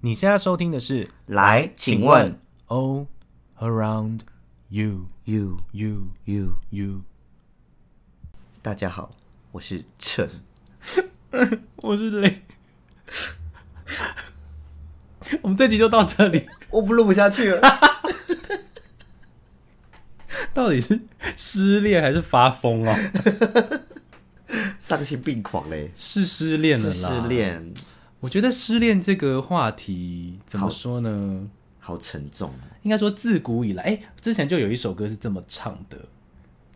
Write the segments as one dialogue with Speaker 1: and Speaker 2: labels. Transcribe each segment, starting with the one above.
Speaker 1: 你现在收听的是，
Speaker 2: 来，请问
Speaker 1: All Around You
Speaker 2: you
Speaker 1: You
Speaker 2: you，
Speaker 1: You，
Speaker 2: 大家好，我是陈。
Speaker 1: 我是雷。 我们这集就到这里，
Speaker 2: 我不录不下去了，
Speaker 1: 到底是失恋还是发疯啊？
Speaker 2: 丧心病狂嘞，
Speaker 1: 是失恋了
Speaker 2: 是
Speaker 1: 啦。
Speaker 2: 失，恋，
Speaker 1: 我觉得失恋这个话题怎么说呢？
Speaker 2: 好沉重啊
Speaker 1: 应该说自古以来，哎、之前就有一首歌是这么唱的：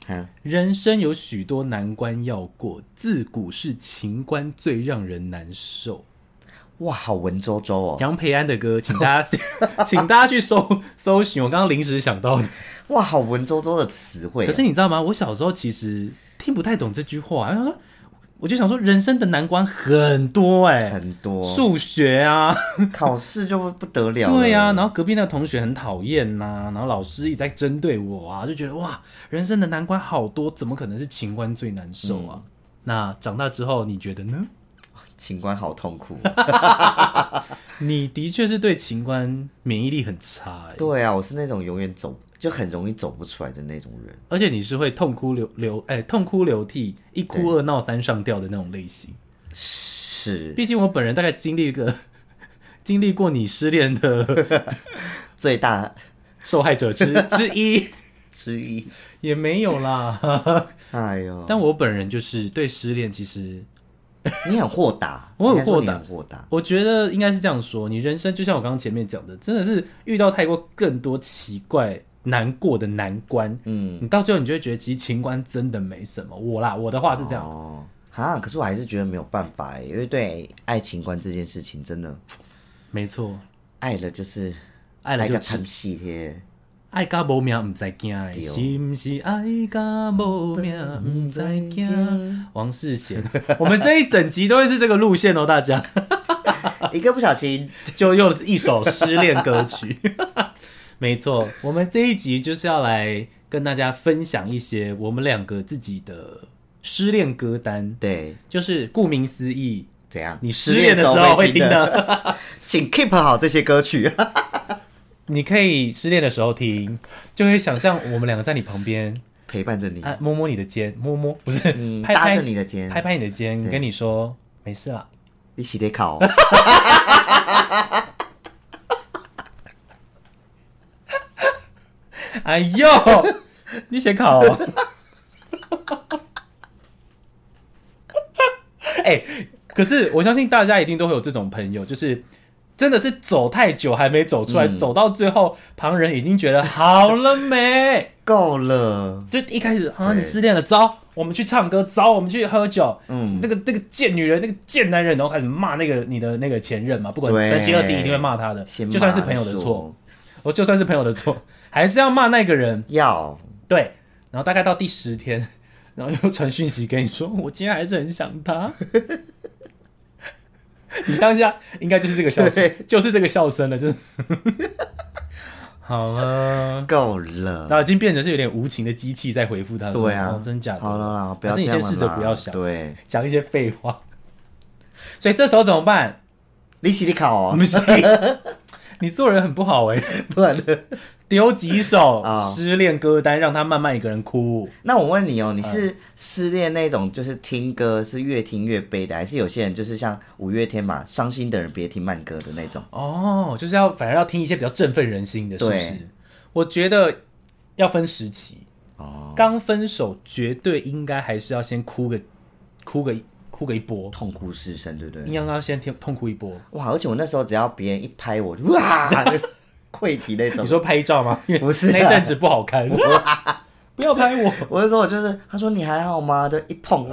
Speaker 2: 哈！
Speaker 1: 人生有许多难关要过，自古是情关最让人难受。
Speaker 2: 哇，好文绉绉哦，
Speaker 1: 杨培安的歌，请大家， 请大家去搜搜寻。我刚刚临时想到的，
Speaker 2: 哇，好文绉绉的词汇
Speaker 1: 可
Speaker 2: 啊。
Speaker 1: 是你知道吗？我小时候其实听不太懂这句话，然后说，我就想说，人生的难关很多哎、
Speaker 2: 很多
Speaker 1: 数学啊，
Speaker 2: 考试就不得了了，
Speaker 1: 对啊，然后隔壁那个同学很讨厌呐，然后老师一直在针对我啊，就觉得哇，人生的难关好多，怎么可能是情关最难受啊？
Speaker 2: 嗯
Speaker 1: 那长大之后，你觉得呢？
Speaker 2: 情关好痛苦。
Speaker 1: 你的确是对情关免疫力很差、欸，
Speaker 2: 对啊，我是那种永远走就很容易走不出来的那种人。
Speaker 1: 而且你是会痛哭流流，哎、痛哭流涕，一哭二闹三上吊的那种类型。
Speaker 2: 是
Speaker 1: 毕竟我本人大概经历个 经历过你失恋的
Speaker 2: 最大
Speaker 1: 受害者 之之一，
Speaker 2: 之一。
Speaker 1: 也没有啦。
Speaker 2: 哎呦，
Speaker 1: 但我本人就是对失恋，其实
Speaker 2: 你很豁达，
Speaker 1: 我很
Speaker 2: 应该说
Speaker 1: 豁
Speaker 2: 你
Speaker 1: 达
Speaker 2: 很豁达。
Speaker 1: 我觉得应该是这样说：，你人生就像我刚刚前面讲的，真的是遇到太过更多奇怪、难过的难关，
Speaker 2: 嗯，
Speaker 1: 你到最后你就会觉得，其实情关真的没什么。我啦，我的话是这样。
Speaker 2: 哦，哈，可是我还是觉得没有办法哎，因为对爱情观这件事情，真的
Speaker 1: 没错，
Speaker 2: 爱了就是
Speaker 1: 爱了
Speaker 2: 爱
Speaker 1: 就
Speaker 2: 个
Speaker 1: 知
Speaker 2: 惨戏耶，
Speaker 1: 爱甲无命毋知惊的，
Speaker 2: 对
Speaker 1: 是毋是爱甲无命毋知惊？王世贤，我们这一整集都会是这个路线哦，大 家
Speaker 2: 一个不小心，
Speaker 1: 就又是一首失恋歌曲。 没错，我们这一集就是要来跟大家分享一些我们两个自己的失恋歌单，
Speaker 2: 对，
Speaker 1: 就是顾名思义，
Speaker 2: 怎样？
Speaker 1: 你失恋的时候会听的，
Speaker 2: 请 keep 好这些歌曲。
Speaker 1: 你可以失恋的时候听，就会想象我们两个在你旁边，
Speaker 2: 陪伴着你，
Speaker 1: 啊，摸摸你的肩，摸摸不是，
Speaker 2: 嗯，
Speaker 1: 拍
Speaker 2: 搭
Speaker 1: 拍
Speaker 2: 着你的肩，
Speaker 1: 拍拍你的肩，跟你说没事啦。
Speaker 2: 一起得考，
Speaker 1: 哎呦， 你写考、 哎、可是我相信大家一定都会有这种朋友，就是真的是走太久还没走出来，
Speaker 2: 嗯
Speaker 1: 走到最后旁人已经觉得好了没？
Speaker 2: 够了，
Speaker 1: 就一开始啊，
Speaker 2: 对
Speaker 1: 你失恋了，走，我们去唱歌，走，我们去喝酒。
Speaker 2: 嗯，
Speaker 1: 那个那个贱女人，那个贱男人，然后开始骂那个你的那个前任嘛，不管
Speaker 2: 对
Speaker 1: 三七二十一，一定会骂他的，
Speaker 2: 先
Speaker 1: 就算是
Speaker 2: 骂
Speaker 1: 朋友的
Speaker 2: 说
Speaker 1: 错，，我就算是朋友的错， 还是要骂那个人。
Speaker 2: 要
Speaker 1: 对，然后大概到第十天， 然后又传讯息给你说，我今天还是很想他。 你当下应该就是这个笑声，就是这个笑声了， 就是好了，
Speaker 2: 够了，
Speaker 1: 然后已经变成是有点无情的机器在回复他说，
Speaker 2: 对啊，
Speaker 1: 哦、真假的，
Speaker 2: 好了啦，不要
Speaker 1: 还是你
Speaker 2: 这样
Speaker 1: 先
Speaker 2: 了
Speaker 1: 试着
Speaker 2: 啦
Speaker 1: 不要想
Speaker 2: 对，
Speaker 1: 讲一些废话。所以这时候怎么 办？
Speaker 2: 一起得考 哦，
Speaker 1: 不行，你做人很不好哎、
Speaker 2: 不然呢。
Speaker 1: 丢几首
Speaker 2: 啊
Speaker 1: 失恋歌单，让他慢慢一个人哭。
Speaker 2: 那我问你哦，
Speaker 1: 嗯
Speaker 2: 你是失恋那种，就是听歌是越听越悲的，还是有些人就是像五月天嘛，伤心的人别听慢歌的那种？
Speaker 1: 哦，就是要反而要听一些比较振奋人心的，是不
Speaker 2: 对
Speaker 1: 是？我觉得要分时期，
Speaker 2: 哦，
Speaker 1: 刚分手绝对应该还是要先哭个哭个哭个一波，
Speaker 2: 痛哭失声，对不
Speaker 1: 应
Speaker 2: 对？
Speaker 1: 该要先听痛哭一波。
Speaker 2: 哇！而且我那时候只要别人一拍我，就 哇， 溃体那
Speaker 1: 你
Speaker 2: 种。
Speaker 1: 说拍照吗？因为
Speaker 2: 不是啊
Speaker 1: 那阵子不好看， 不要拍我。
Speaker 2: 我就说，我就是他说你还好吗？就一碰，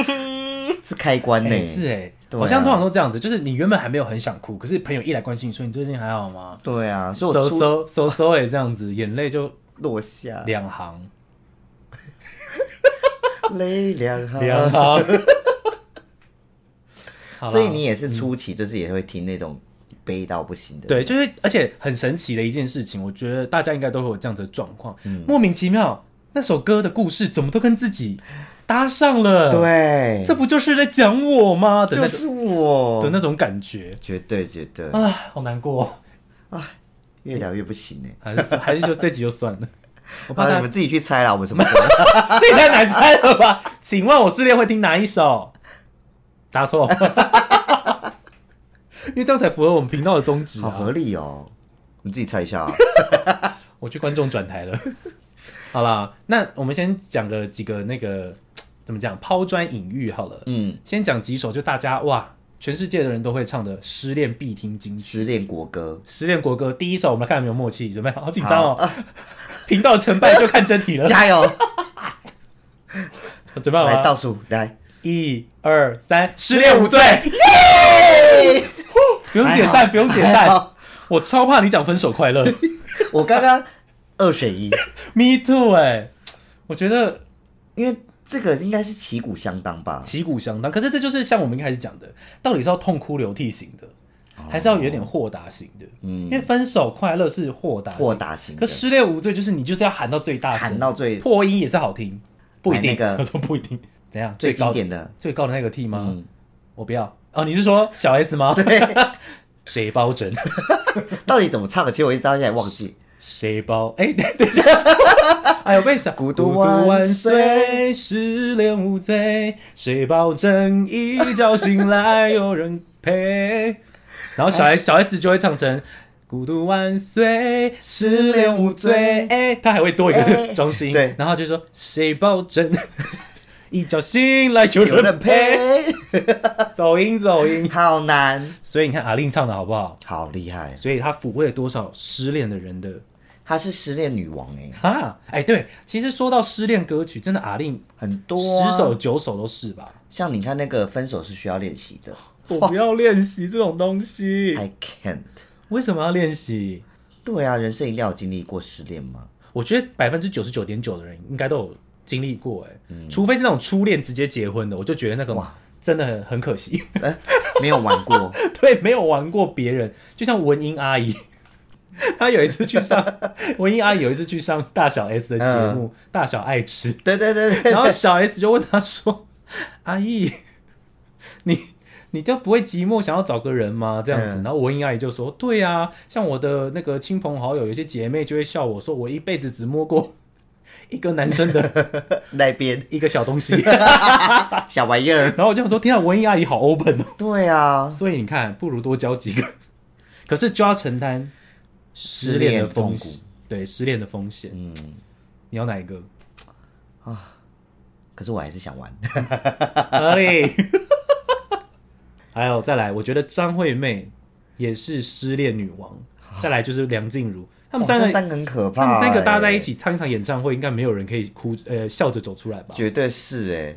Speaker 2: 是开关呢、
Speaker 1: 哎、是哎、
Speaker 2: 对啊
Speaker 1: 好像通常都这样子，就是你原本还没有很想哭，可是朋友一来关心你说你最近还好吗？
Speaker 2: 对啊，所以我
Speaker 1: 嗖
Speaker 2: 出
Speaker 1: 嗖嗖嗖哎，这样子眼泪就
Speaker 2: 落下
Speaker 1: 两行
Speaker 2: 泪 两行。
Speaker 1: 两行。好啦
Speaker 2: 所以你也是初期，就是也会听那种悲到不行的。
Speaker 1: 嗯对，就是而且很神奇的一件事情，我觉
Speaker 2: 嗯
Speaker 1: 得大家应该都会有这样子的状况，莫名其妙那首歌的故事怎么都跟自己搭上了，，
Speaker 2: 对，
Speaker 1: 这不就是在讲我吗？的那
Speaker 2: 就
Speaker 1: 种、
Speaker 2: 是我
Speaker 1: 的，那种感觉，
Speaker 2: 绝对绝对，
Speaker 1: 啊，好难过哦，
Speaker 2: 越聊越不行哎。
Speaker 1: 还是还是就这集就算了，我怕
Speaker 2: 好，
Speaker 1: 哦他
Speaker 2: 你们自己去猜哎啦，我们什么歌？
Speaker 1: 这也太难猜了吧？请问我失恋会听哪一首？答错， 因为这样才符合我们频道的宗旨
Speaker 2: 好
Speaker 1: 啊！
Speaker 2: 合理哦，你自己猜一下啊。
Speaker 1: 我去观众转台了。 好啦，那我们先讲个几个那个怎么讲抛砖引玉好了，
Speaker 2: 嗯，
Speaker 1: 先讲几首就大家哇，全世界的人都会唱的失恋必听金曲。
Speaker 2: 失恋国歌，
Speaker 1: 失恋国歌第一首，我们来看有没有默契，准备好，好紧张哦！ 频道成败就看真题 了，
Speaker 2: 加油！
Speaker 1: 准备好
Speaker 2: 来
Speaker 1: 了吗？
Speaker 2: 倒数，来，
Speaker 1: 一二三，失恋无罪， 不用解
Speaker 2: 还
Speaker 1: 散，
Speaker 2: 好
Speaker 1: 不用解
Speaker 2: 还
Speaker 1: 散。
Speaker 2: 好
Speaker 1: 我超怕你讲分手快乐
Speaker 2: 哎哦我刚刚二选一，
Speaker 1: ，Me too 哎、我觉得
Speaker 2: 因为这个应该是旗鼓相当吧。
Speaker 1: 旗鼓相当，可是这就是像我们一开始讲的，到底是要痛哭流涕型的，还是要有点豁达型的？因为
Speaker 2: 哦嗯，
Speaker 1: 分手快乐是豁达型，
Speaker 2: 豁达型
Speaker 1: 可
Speaker 2: 的，
Speaker 1: 失恋无罪就是你就是要喊到最大声，
Speaker 2: 喊到最
Speaker 1: 破音也是好听，不一定。
Speaker 2: 买那个
Speaker 1: 我说不一定，怎样？
Speaker 2: 最
Speaker 1: 高
Speaker 2: 经典的，
Speaker 1: 最高的那个 T 吗？
Speaker 2: 嗯，
Speaker 1: 我不要哦，你是说小 S 吗？
Speaker 2: 对，
Speaker 1: 谁包拯？
Speaker 2: 到底怎么唱的？其实我一直到现在也忘记。
Speaker 1: 谁包？哎、等等一下，哎呦，为啥？
Speaker 2: 孤独万岁，
Speaker 1: 失恋无罪，谁保证一觉醒来有人陪？然后小 S 小 S 就会唱成孤独万岁，失恋无罪。哎，他还会多一个
Speaker 2: 哎
Speaker 1: 装饰音，
Speaker 2: 对
Speaker 1: 然后就说谁保证一觉醒来 有
Speaker 2: 有
Speaker 1: 人
Speaker 2: 人
Speaker 1: 陪？
Speaker 2: 陪，
Speaker 1: 走音走音。
Speaker 2: 好难，
Speaker 1: 所以你看阿令唱的好不好？
Speaker 2: 好厉害，
Speaker 1: 所以他抚慰了多少失恋的人的
Speaker 2: 她是失恋女王哎，
Speaker 1: 哈，哎、对，其实说到失恋歌曲，真的阿令
Speaker 2: 很多啊
Speaker 1: 十首九首都是吧？
Speaker 2: 像你看那个分手是需要练习的
Speaker 1: 我不要练习这种东西，
Speaker 2: ，I can't。
Speaker 1: 哎为什么要练习？
Speaker 2: 对啊，人生一定要有经历过失恋吗？
Speaker 1: 我觉得百分之九十九点九的人应该都有经历过、哎、除非是那种初恋直接结婚的，我就觉得那个
Speaker 2: 哇
Speaker 1: 真的很很可惜。
Speaker 2: 哎，没有玩过，
Speaker 1: 对，没有玩过别人，就像文英阿姨， 她有一次去 上文英阿姨有一次去上大小 S 的节目，大小爱吃，
Speaker 2: 对对对对，
Speaker 1: 然 后小 S 就问他说：“ 阿姨，你你就不会寂寞，想要找个人吗？”这样子，
Speaker 2: 嗯
Speaker 1: 然后文英阿姨就说：“对啊，像我的那个亲朋好友，有些姐妹就会笑我说，我一辈子只摸过 一个男生的
Speaker 2: 那边
Speaker 1: 一个小东西。”
Speaker 2: 小玩意儿，
Speaker 1: 然后我就想说：“天啊，文英阿姨好 open 哦。
Speaker 2: 对啊”，
Speaker 1: 所以你看，不如多交几个，可是就要承担失恋的风
Speaker 2: 失恋痛
Speaker 1: 险，对失恋的风险。
Speaker 2: 嗯，
Speaker 1: 你要哪一个？
Speaker 2: 可是我还是想玩，
Speaker 1: 合理。 还有再来，我觉得张惠妹也是失恋女王。再来就是梁静茹，他们
Speaker 2: 哇
Speaker 1: 三
Speaker 2: 哦这
Speaker 1: 个，
Speaker 2: 三个很可
Speaker 1: 他
Speaker 2: 怕，
Speaker 1: 们三个搭在一
Speaker 2: 哎，
Speaker 1: 起唱一场演唱会，应该没有人可以哭呃笑着走出来吧？
Speaker 2: 绝对是哎，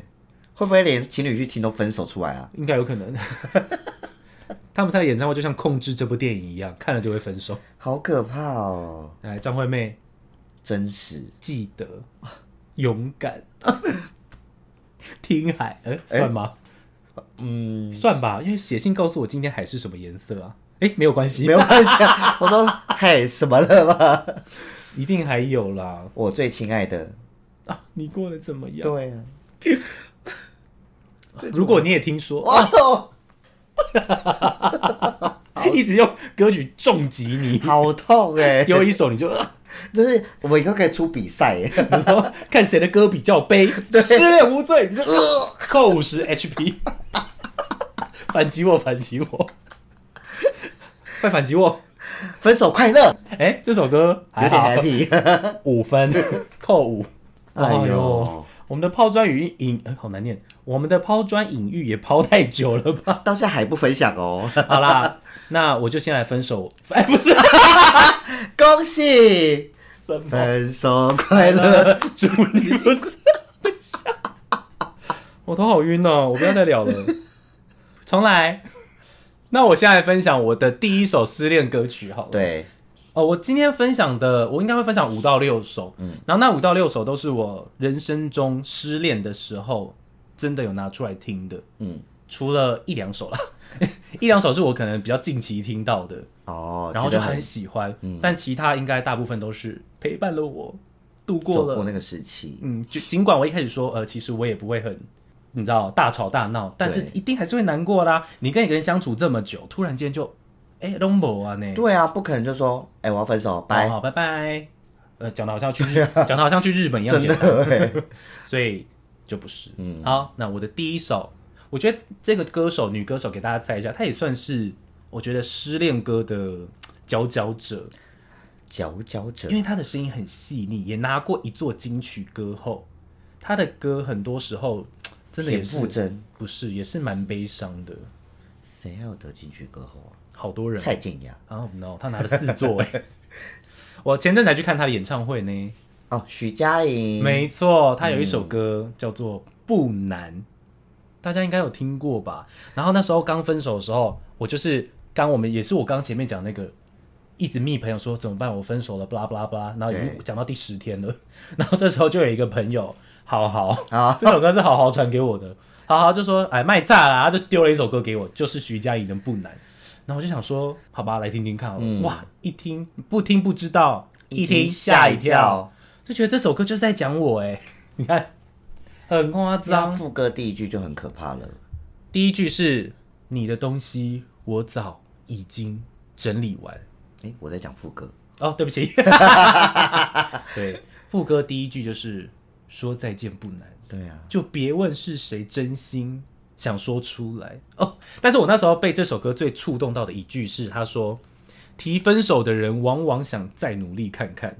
Speaker 2: 会不会连情侣去听都分手出来啊？
Speaker 1: 应该有可能。 他们三个演唱会就像控制这部电影一样，看了就会分手。
Speaker 2: 好可怕哦，
Speaker 1: 来，张惠妹
Speaker 2: 真实，
Speaker 1: 记得勇敢， 听海，呃，算吗？
Speaker 2: 嗯，
Speaker 1: 算吧，因为写信告诉我今天海是什么颜色啊？哎、没有关系
Speaker 2: 没，有关系啊， 我说嘿，什么了吗？
Speaker 1: 一定还有啦。
Speaker 2: 我最亲爱的，
Speaker 1: 啊，你过得怎么样？
Speaker 2: 对啊，
Speaker 1: 如果你也听说，
Speaker 2: 哇哦，
Speaker 1: 一直用歌曲重击你，
Speaker 2: 好痛哎，
Speaker 1: 丢一首你就、 呃、
Speaker 2: 就是我们以后可以出比赛哎，
Speaker 1: 你说看谁的歌比较悲， 失恋无罪，你就、呃、扣五十 HP，反击我，反击我，快反击我！
Speaker 2: 分手快乐，
Speaker 1: 哎、这首歌
Speaker 2: 有
Speaker 1: 还
Speaker 2: 点
Speaker 1: 好，
Speaker 2: happy，
Speaker 1: 五 分，扣五。
Speaker 2: 哎呦，
Speaker 1: 我们的抛砖引玉引、呃好难念，我们的抛砖引玉也抛太久了吧？
Speaker 2: 到现在还不分享哦，
Speaker 1: 好啦，那我就先来分手，哎、不是
Speaker 2: 恭喜。
Speaker 1: 什么？
Speaker 2: 分手快乐！
Speaker 1: 了， 祝你不是。等一下，我头好晕哦，我不要再聊了，重来。那我现在分享我的第一首失恋歌曲好了。，
Speaker 2: 对，
Speaker 1: 哦，我今天分享的，我应该会分享五到六首，嗯，然后那五到六首都是我人生中失恋的时候真的有拿出来听的，
Speaker 2: 嗯，
Speaker 1: 除了一两首啦， 一两首是我可能比较近期听到的，
Speaker 2: 哦，
Speaker 1: 然后
Speaker 2: 觉
Speaker 1: 就
Speaker 2: 得嗯
Speaker 1: 很喜欢，但其他应该大部分都是陪伴了我度过
Speaker 2: 走
Speaker 1: 了
Speaker 2: 过那个时期，
Speaker 1: 嗯，就尽管我一开始说，呃，其实我也不会很，你知道大吵大闹，但是
Speaker 2: 对
Speaker 1: 一定还是会难过啦。你跟一个人相处这么久，突然间就，哎、欸 l o m b o 啊呢，
Speaker 2: 对啊，不可能就说，哎、我要分手，拜，
Speaker 1: 好好拜拜。呃，讲的好像去日，讲的好像去日本一样
Speaker 2: 真
Speaker 1: 简
Speaker 2: 的
Speaker 1: 单，
Speaker 2: 欸，
Speaker 1: 所以就不是。
Speaker 2: 嗯
Speaker 1: 好，那我的第一首，我觉得这个歌手女歌手给大家猜一下，她也算是我觉得失恋歌的佼佼者，
Speaker 2: 佼佼者
Speaker 1: 因，为她的声音很细腻，也拿过一座金曲歌后。她的歌很多时候真的也
Speaker 2: 田
Speaker 1: 是
Speaker 2: 馥甄，
Speaker 1: 不是，也是蛮悲伤的。
Speaker 2: 谁还有得金曲歌后啊？
Speaker 1: 好多人
Speaker 2: 蔡健雅，
Speaker 1: 啊、n o 他拿了四座哎。 我前阵才去看他的演唱会呢。
Speaker 2: 哦，徐佳莹，
Speaker 1: 没错，他有一首歌叫做《不难》，大家应该有听过吧？然后那时候刚分手的时候，我就是刚我们也是我刚前面讲那个。一直密朋友说怎么办？我分手了，巴拉巴拉巴拉，然后已经
Speaker 2: 对
Speaker 1: 讲到第十天了， 然后这时候就有一个朋友，好好，
Speaker 2: 啊，
Speaker 1: 这首歌是好好传给我的，好好就说哎卖炸啦，他就丢了一首歌给我，就是徐佳莹的《不难》，然后我就想说好吧，来听听看好了、哇，一听不听不知道，一听吓一跳，，就觉得这首歌就是在讲我哎、 你看很夸
Speaker 2: 那
Speaker 1: 张。
Speaker 2: 副歌第一句就很可怕了，
Speaker 1: 第一句是你的东西我早已经整理完，
Speaker 2: 哎、我在讲副歌，
Speaker 1: 哦，对不 起，对，副歌第一句就是说再见不难。
Speaker 2: 对啊，
Speaker 1: 就别问是谁真心想说出来哦。但是我那时候被这首歌最触动到的一句是，他说：“提分手的人往往想再努力看看，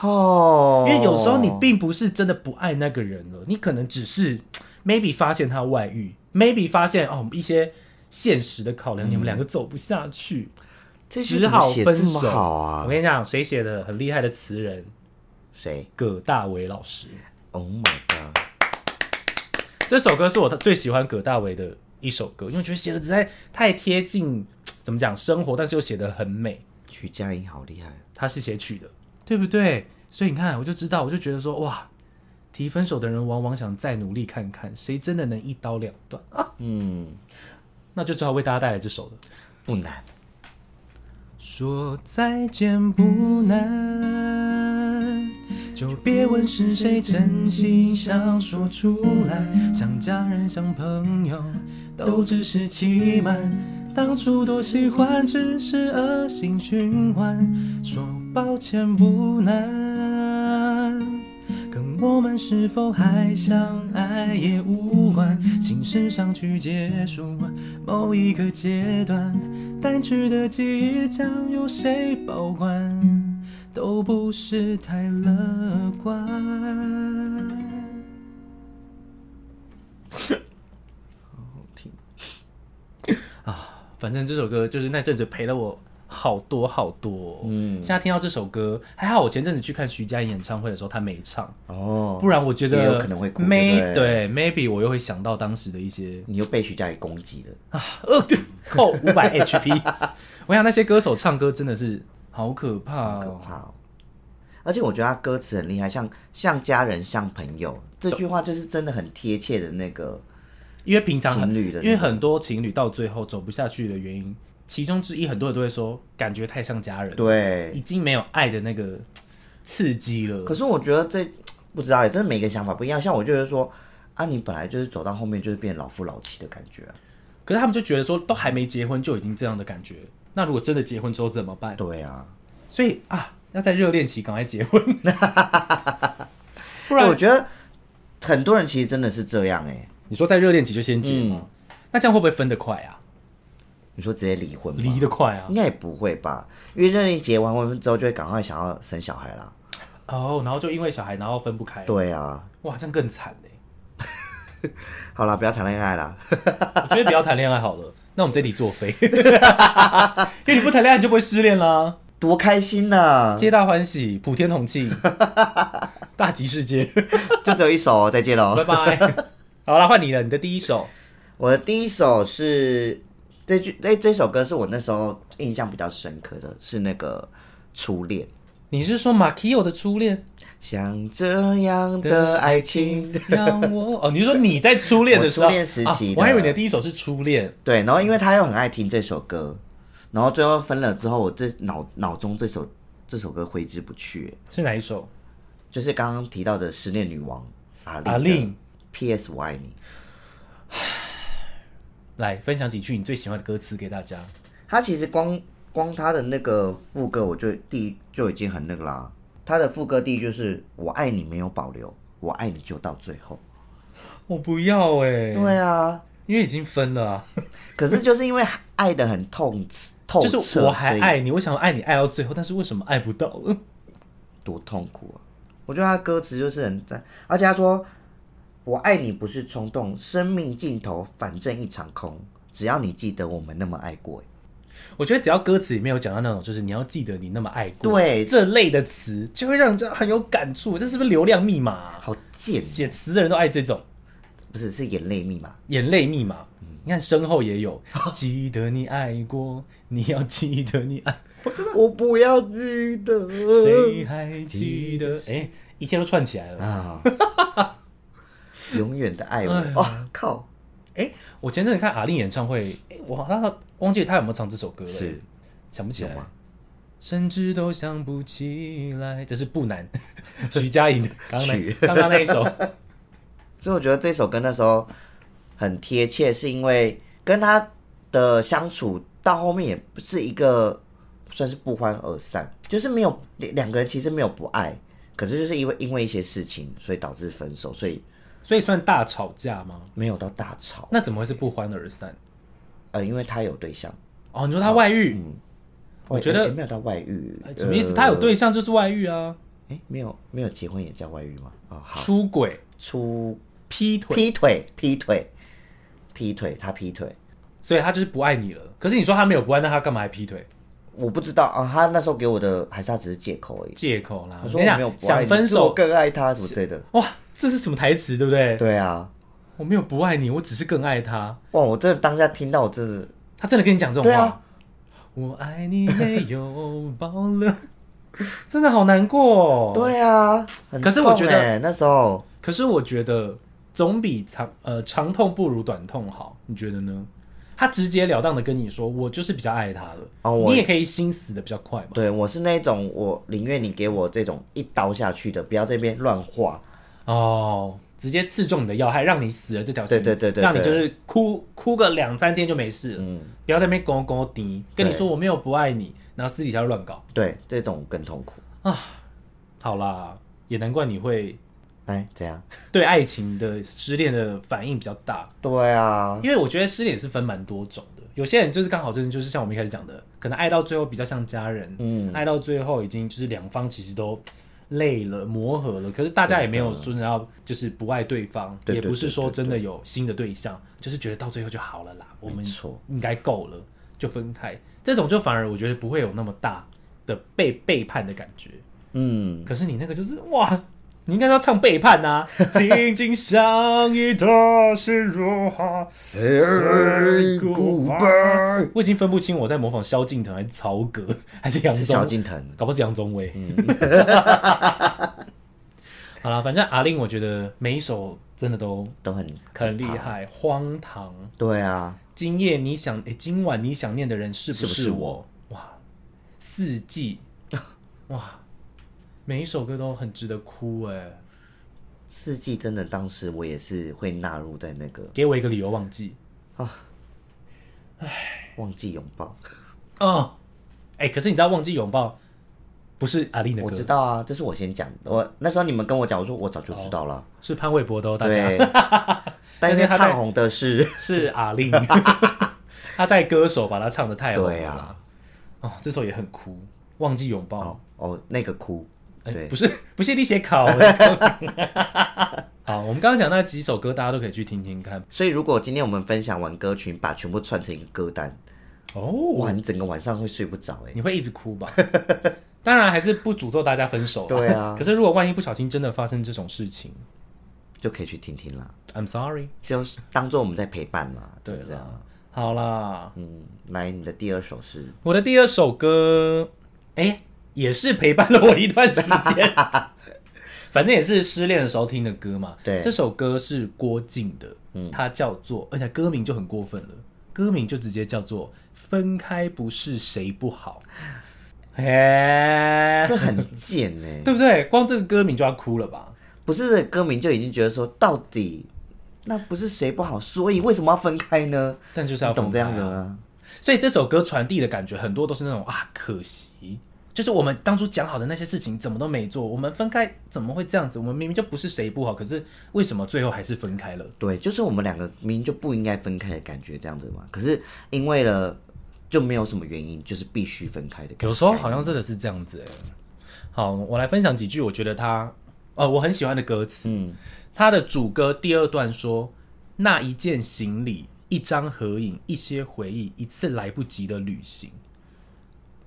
Speaker 2: 哦
Speaker 1: 因，为有时候你并不是真的不爱那个人了，你可能只是 maybe 发现他外遇，maybe 发现哦一些现实的考量，你们两个走不下去，
Speaker 2: 这句
Speaker 1: 只
Speaker 2: 怎么
Speaker 1: 好
Speaker 2: 写
Speaker 1: 分
Speaker 2: 这么
Speaker 1: 手。
Speaker 2: 好
Speaker 1: 我
Speaker 2: 啊，
Speaker 1: 跟你讲，谁写的很厉害的词人
Speaker 2: 谁
Speaker 1: 葛大为老师。
Speaker 2: ？Oh my god，
Speaker 1: 这首歌是我最喜欢葛大为的一首歌，因为我觉得写的实在太贴近，怎么讲生活，但是又写的很美。
Speaker 2: 徐佳莹好厉害，
Speaker 1: 他是写曲的，对不对？所以你看，我就知道，我就觉得说，哇，提分手的人往往想再努力看看，谁真的能一刀两断啊？
Speaker 2: 嗯，
Speaker 1: 那就只好为大家带来这首了。
Speaker 2: 不难，
Speaker 1: 说再见不难，就别问是谁真心想说出来，像家人像朋友，都只是欺瞒。当初多喜欢，只是恶性循环。说抱歉不难，
Speaker 2: 嗯
Speaker 1: 跟我们是否还相爱也无关。形式上去结束某一个阶段，淡去的记忆将由谁保管，都不是太乐观。
Speaker 2: 好听，
Speaker 1: 反正这首歌就是那阵子陪了我好多好多、嗯，现在听到这首歌，还好我前阵子去看徐佳莹演唱会的时候，她没唱，
Speaker 2: 哦
Speaker 1: 不，然我觉得
Speaker 2: 也有可能会哭
Speaker 1: may
Speaker 2: 对不
Speaker 1: 对 maybe 我又会想到当时的一些
Speaker 2: 你又被徐佳莹攻击了，
Speaker 1: 呃对扣五百 HP。我 想那些歌手唱歌真的是好可怕、
Speaker 2: 可
Speaker 1: 哦，
Speaker 2: 怕哦。而且我觉得他歌词很厉害，像像家人像朋友这句话就是真的很贴切的那个
Speaker 1: 因为平常很
Speaker 2: 情侣的那个
Speaker 1: 因为很多情侣到最后走不下去的原因，其中之一，很多人都会说感觉太像家人，
Speaker 2: 对
Speaker 1: 已。经没有爱的那个嘖刺激了。
Speaker 2: 可是我觉得这不知道耶，欸真的每个人想法不一样。像我就是说，啊，你本来就是走到后面就是变老夫老妻的感觉啊、
Speaker 1: 可是他们就觉得说，都还没结婚就已经这样的感觉，那如果真的结婚之后怎么办？
Speaker 2: 对啊，
Speaker 1: 所以啊，要在热恋期赶快结婚， 不然
Speaker 2: 欸我觉得很多人其实真的是这样哎、
Speaker 1: 你说在热恋期就先结吗？
Speaker 2: 嗯
Speaker 1: 那这样会不会分得快啊？
Speaker 2: 你说直接离婚吗？
Speaker 1: 离得快啊？
Speaker 2: 应该也不会吧，因为热恋结完婚之后就会赶快想要生小孩啦。
Speaker 1: 哦，然后就因为小孩，然后分不开，
Speaker 2: 对啊，
Speaker 1: 哇，这样更惨哎。
Speaker 2: 好啦，不要谈恋爱啦。
Speaker 1: 我觉得不要谈恋爱好了，那我们这题作废， 因为你不谈恋爱你就不会失恋啦。
Speaker 2: 多开心 呐、
Speaker 1: 皆大欢喜，普天同庆， 大吉世界，
Speaker 2: 就只有一首、哦，再见喽
Speaker 1: 拜。 拜。好啦，换你了，你的第一首
Speaker 2: 我的第一首是这句，这这首歌是我那时候印象比较深刻的，是那个初恋。
Speaker 1: 你是说马 k i o 的初恋
Speaker 2: 像这样的爱情，
Speaker 1: 让我哦？你是说你在初恋的时候，
Speaker 2: 我初恋时期
Speaker 1: 啊
Speaker 2: 的
Speaker 1: 我还以为你的第一首是初恋，
Speaker 2: 对，然后因为他又很爱听这首歌，然后最后分了之后，我这脑脑中这首这首歌挥之不去，
Speaker 1: 是哪一首？啊
Speaker 2: 就是刚刚提到的失恋女王阿
Speaker 1: 阿令
Speaker 2: 令，P.S. 我爱你。
Speaker 1: 来分享几句你最喜欢的歌词给大家。
Speaker 2: 他其实光光他的那个副歌，我就第一就已经很那个啦。他的副歌第一就是“我爱你没有保留，我爱你就到最后
Speaker 1: 我不要哎、”。
Speaker 2: 对啊，
Speaker 1: 因为已经分了、啊，
Speaker 2: 可是就是因为爱的很痛透彻，
Speaker 1: 就是我还
Speaker 2: 所以
Speaker 1: 爱你，我想爱你爱到最后，但是为什么爱不到了？
Speaker 2: 多痛苦啊！我觉得他歌词就是很赞，而且他说“我爱你不是冲动，生命尽头反正一场空，只要你记得我们那么爱过”欸。
Speaker 1: 我觉得只要歌词里面有讲到那种，就是你要记得你那么爱过，
Speaker 2: 对
Speaker 1: 这类的词，就会让人觉得很有感触。这是不是流量密码啊、
Speaker 2: 好贱，
Speaker 1: 写词的人都爱这种
Speaker 2: 不是是眼泪密码。
Speaker 1: 眼泪密码。
Speaker 2: 嗯
Speaker 1: 你看身后也 有，记得你爱过，你要记得你爱，
Speaker 2: 我不要记得
Speaker 1: 谁 还记得？哎、一切都串起来了。
Speaker 2: 啊，永远的爱我。哦，靠，
Speaker 1: 哎、我前阵子看阿令演唱会，哎、我好像忘记他有没有唱这首歌了，
Speaker 2: 是
Speaker 1: 想不起来
Speaker 2: 有吗，
Speaker 1: 甚至都想不起来。这是不难， 徐佳莹的刚刚那
Speaker 2: 曲
Speaker 1: 刚刚那一首，
Speaker 2: 所以我觉得这首歌那时候很贴切，是因为跟他的相处到后面也不是一个算是不欢而散，就是没有两两个人其实没有不爱，可是就是因为因为一些事情，所以导致分手，所以
Speaker 1: 所以算大吵架吗？
Speaker 2: 没有到大吵。
Speaker 1: 那怎么会是不欢而散？
Speaker 2: 呃，因为他有对象，
Speaker 1: 哦，你说他外遇，我
Speaker 2: 哦
Speaker 1: 觉得
Speaker 2: 也没有到外遇
Speaker 1: 哎，什么意思？
Speaker 2: 呃
Speaker 1: 他有对象就是外遇啊，
Speaker 2: 哎、没有没有结婚也叫外遇吗？哦，好，
Speaker 1: 出轨、
Speaker 2: 出
Speaker 1: 劈腿，
Speaker 2: 劈腿，劈腿，劈腿，他劈腿，
Speaker 1: 所以他就是不爱你了。可是你说他没有不爱，那他干嘛还劈腿？
Speaker 2: 我不知道啊。他那时候给我的还是他只是借口而已。
Speaker 1: 借口啦！
Speaker 2: 他
Speaker 1: 啊我
Speaker 2: 说
Speaker 1: 跟你
Speaker 2: 我没有
Speaker 1: 讲，
Speaker 2: 不爱
Speaker 1: 想
Speaker 2: 你，
Speaker 1: 分
Speaker 2: 是我
Speaker 1: 手，
Speaker 2: 更爱他什么之类的。
Speaker 1: 哇，这是什么台词，对不对？
Speaker 2: 对啊，
Speaker 1: 我没有不爱你，我只是更爱他。
Speaker 2: 哇！我真的当下听到，我真的
Speaker 1: 他真的跟你讲这种
Speaker 2: 对
Speaker 1: 话？
Speaker 2: 啊
Speaker 1: 我爱你没有保留， 真的好难过、哦。，
Speaker 2: 对啊，很
Speaker 1: 可是我
Speaker 2: 痛
Speaker 1: 觉得
Speaker 2: 欸那时候
Speaker 1: 可是我觉得总比长呃长痛不如短痛好，你觉得呢？他直截了当的跟你说，我就是比较爱他了，
Speaker 2: 哦我
Speaker 1: 你也可以心死的比较快嘛。
Speaker 2: 对我是那种，我宁愿你给我这种一刀下去的，不要这边乱画。
Speaker 1: 哦，直接刺中你的要害，让你死了这条心，
Speaker 2: 对对对对
Speaker 1: 让你
Speaker 2: 对
Speaker 1: 就是哭哭个两三天就没事了，
Speaker 2: 嗯，
Speaker 1: 不要在那边勾勾滴，跟你
Speaker 2: 对
Speaker 1: 说我没有不爱你，然后私底下乱搞。
Speaker 2: 对，这种更痛苦。
Speaker 1: 好啦，也难怪你会
Speaker 2: 哎，怎样？
Speaker 1: 对爱情的失恋的反应比较大，
Speaker 2: 对啊，
Speaker 1: 因为我觉得失恋也是分蛮多种的。有些人就是刚好真的就是像我们一开始讲的，可能爱到最后比较像家人，
Speaker 2: 嗯，
Speaker 1: 爱到最后已经就是两方其实都累了、磨合了，可是大家也没有说真的要就是不爱对方，
Speaker 2: 对对
Speaker 1: 也不是
Speaker 2: 对
Speaker 1: 说
Speaker 2: 对
Speaker 1: 真的有新的对象，就是觉得到最后就好了啦，我们
Speaker 2: 没错
Speaker 1: 应该够了，就分开。这种就反而我觉得不会有那么大的被背叛的感觉。
Speaker 2: 嗯，
Speaker 1: 可是你那个就是哇，你应该要唱背叛 啊！紧紧相依的是如何？
Speaker 2: Say goodbye
Speaker 1: 我已经分不清我在模仿萧敬腾还是曹格 还是杨
Speaker 2: 是
Speaker 1: 宗
Speaker 2: 萧，敬腾。嗯
Speaker 1: 搞不好是杨宗纬。 好了，反正阿令我觉得每一首真的都
Speaker 2: 都很
Speaker 1: 很厉。害，荒唐。
Speaker 2: 对啊，
Speaker 1: 今夜你想，诶今晚你想念的人是不
Speaker 2: 是不
Speaker 1: 是
Speaker 2: 是
Speaker 1: 我？哇，四季， 哇，每一首歌都很值得哭哎、
Speaker 2: 四季真的当时我也是会纳入在那个
Speaker 1: 给我一个理由忘记
Speaker 2: 忘记拥抱。
Speaker 1: 哦，哎、可是你知道忘记拥抱不是阿令的歌，
Speaker 2: 我知道啊，这是我先讲的。我那时候你们跟我讲，我说我早就知道了。
Speaker 1: 是潘玮柏的、哦，大家
Speaker 2: 对，但是唱红的是
Speaker 1: 是阿令， 他在歌手把他唱的太好了
Speaker 2: 对啊
Speaker 1: 啦，哦，这首也很哭，忘记拥抱，
Speaker 2: 哦哦那个哭，
Speaker 1: 哎、
Speaker 2: 对
Speaker 1: 不是 不是你写 考，好，我们刚刚讲那几首歌，大家都可以去听听看
Speaker 2: 所以如果今天我们分享完歌曲，把全部串成一个歌单，
Speaker 1: 哦，
Speaker 2: 哇，你整个晚上会睡不着哎、
Speaker 1: 你会一直哭吧？当然还是不诅咒大家分手啦，
Speaker 2: 对啊
Speaker 1: 可是如果万一不小心真的发生这种事情
Speaker 2: 就可以去听听啦，
Speaker 1: ，I'm sorry，
Speaker 2: 就是当做我们在陪伴嘛，
Speaker 1: 对
Speaker 2: 就这样。
Speaker 1: 啦，好啦。
Speaker 2: 嗯，来，你的第二首是
Speaker 1: 我的第二首歌，哎、也是陪伴了我一段时 间，反正也是失恋的时候听的歌嘛。
Speaker 2: 对嗯
Speaker 1: 这首歌是郭靖的，它叫做，而且歌名就很 过分了，歌名就直接叫做《分开不是谁不好》，哎，
Speaker 2: 这很贱欸呢、
Speaker 1: 对不对？光这个歌名就要哭了吧？
Speaker 2: 不是歌名就已经觉得说，到底那不是谁不好，所以为什么要分开呢？
Speaker 1: 但就是要
Speaker 2: 你懂这
Speaker 1: 分开
Speaker 2: 样子
Speaker 1: 啊
Speaker 2: 吗？
Speaker 1: 所以这首歌传递的感觉很多都是那种啊，可惜，就是我们当初讲好的那些事情怎么都没做，我们分开怎么会这样子？我们明明就不是谁不好，可是为什么最后还是分开了？
Speaker 2: 对，就是我们两个明明就不应该分开的感觉，这样子嘛。可是因为了就没有什么原因，就是必须分开的感觉。
Speaker 1: 有时候好像真的是这样子、欸。好，我来分享几句，我觉得他呃我很喜欢的歌词。嗯，他的主歌第二段说：“那一件行李，一张合影，一些回忆，一次来不及的旅行。”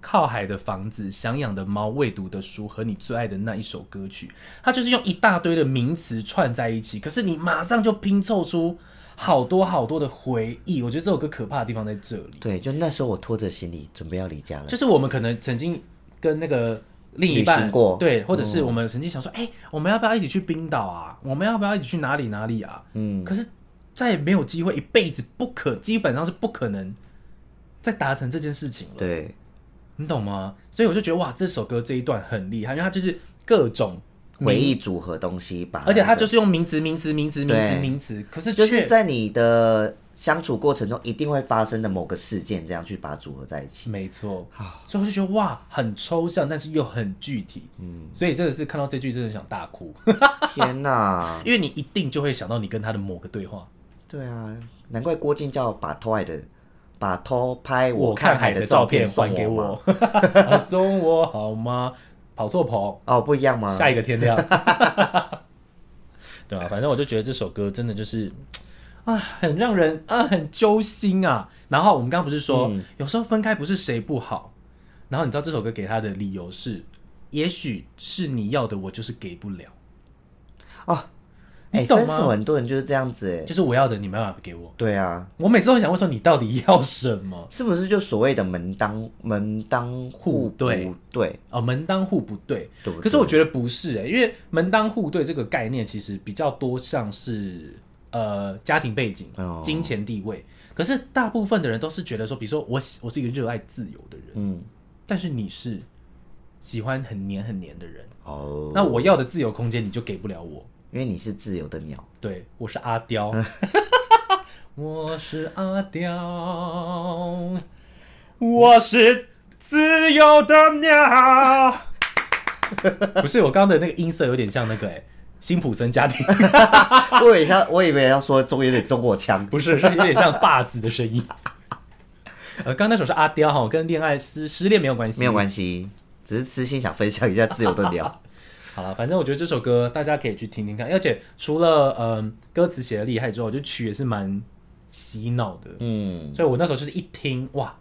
Speaker 1: 靠海的房子，想养的猫，未读的书和你最爱的那一首歌曲，它就是用一大堆的名词串在一起，可是你马上就拼凑出好多好多的回忆。我觉得这首歌可怕的地方在这里。
Speaker 2: 对，就那时候我拖着行李准备要离家了，
Speaker 1: 就是我们可能曾经跟那个另一
Speaker 2: 旅
Speaker 1: 半
Speaker 2: 行过
Speaker 1: 对，或者是我们曾经想说，哎、我们要不要一起去冰岛啊？我们要不要一起去哪里哪里啊？嗯，可是再也没有机会，一辈子不可，基本上是不可能再达成这件事情了，
Speaker 2: 对，
Speaker 1: 你懂吗？所以我就觉得哇，这首歌这一段很厉害，因为它就是各种
Speaker 2: 回，忆组合东西吧。
Speaker 1: 而且它
Speaker 2: 它
Speaker 1: 就是用名词、名词、名词、名词、
Speaker 2: 对
Speaker 1: 名词，可是
Speaker 2: 就
Speaker 1: 却
Speaker 2: 是在你的相处过程中一定会发生的某个事件，这样去把它组合在 一起。
Speaker 1: 没错，所以我就觉得哇，很抽象，但是又很具体，嗯，所以真的是看到这句真的想大哭。
Speaker 2: 天哪、
Speaker 1: 因为你一定就会想到你跟他的某个对话。
Speaker 2: 对啊，难怪郭靖叫把偷海的把偷拍
Speaker 1: 我看
Speaker 2: 看
Speaker 1: 海的
Speaker 2: 的
Speaker 1: 照
Speaker 2: 片
Speaker 1: 片
Speaker 2: 送
Speaker 1: 还给
Speaker 2: 我嘛。
Speaker 1: 我，送我好吗？跑错棚，
Speaker 2: 哦，不一样 吗？
Speaker 1: 下一个天亮。对啊，反正我就觉得这首歌真的就是啊，很让人啊很揪心啊。然后我们刚刚不是说，有时候分开不是谁不好，然后你知道这首歌给他的理由是，也许是你要的我就是给不了，
Speaker 2: 哎、
Speaker 1: 你懂吗
Speaker 2: 分手很多人就是这样子哎。
Speaker 1: 就是我要的你没办法给我。
Speaker 2: 对啊，
Speaker 1: 我每次都很想问说你到底要什么？
Speaker 2: 是不是就所谓的门当门当
Speaker 1: 户
Speaker 2: 户
Speaker 1: 对
Speaker 2: 不对？
Speaker 1: 哦，门当户不对，
Speaker 2: 对不对
Speaker 1: 可是我觉得不是欸诶、因为门当户对这个概念其实比较多像是呃家庭背景、
Speaker 2: 哦
Speaker 1: 金钱地位。可是大部分的人都是觉得说，比如说我喜我是一个热爱自由的人，
Speaker 2: 嗯，
Speaker 1: 但是你是喜欢很黏很黏的人，
Speaker 2: 哦，
Speaker 1: 那我要的自由空间你就给不了我。
Speaker 2: 因为你是自由的鸟，
Speaker 1: 对，我是阿 刁，我是阿刁，我是自由的鸟。不是，我刚刚的那个音色有点像那个哎、辛普森家 庭，
Speaker 2: 我以为要我以为要说中有点中国腔，
Speaker 1: 不是，是有点像霸子的声音。呃，刚刚那首是阿刁哈，跟恋爱失失恋没有关系，
Speaker 2: 没有关系，只是私心想分享一下自由的鸟。
Speaker 1: 好了，反正我觉得这首歌大家可以去听听看，而且除了嗯、歌词写的厉害之后，我觉得曲也是蛮洗脑的，
Speaker 2: 嗯，
Speaker 1: 所以我那时候就是一听哇，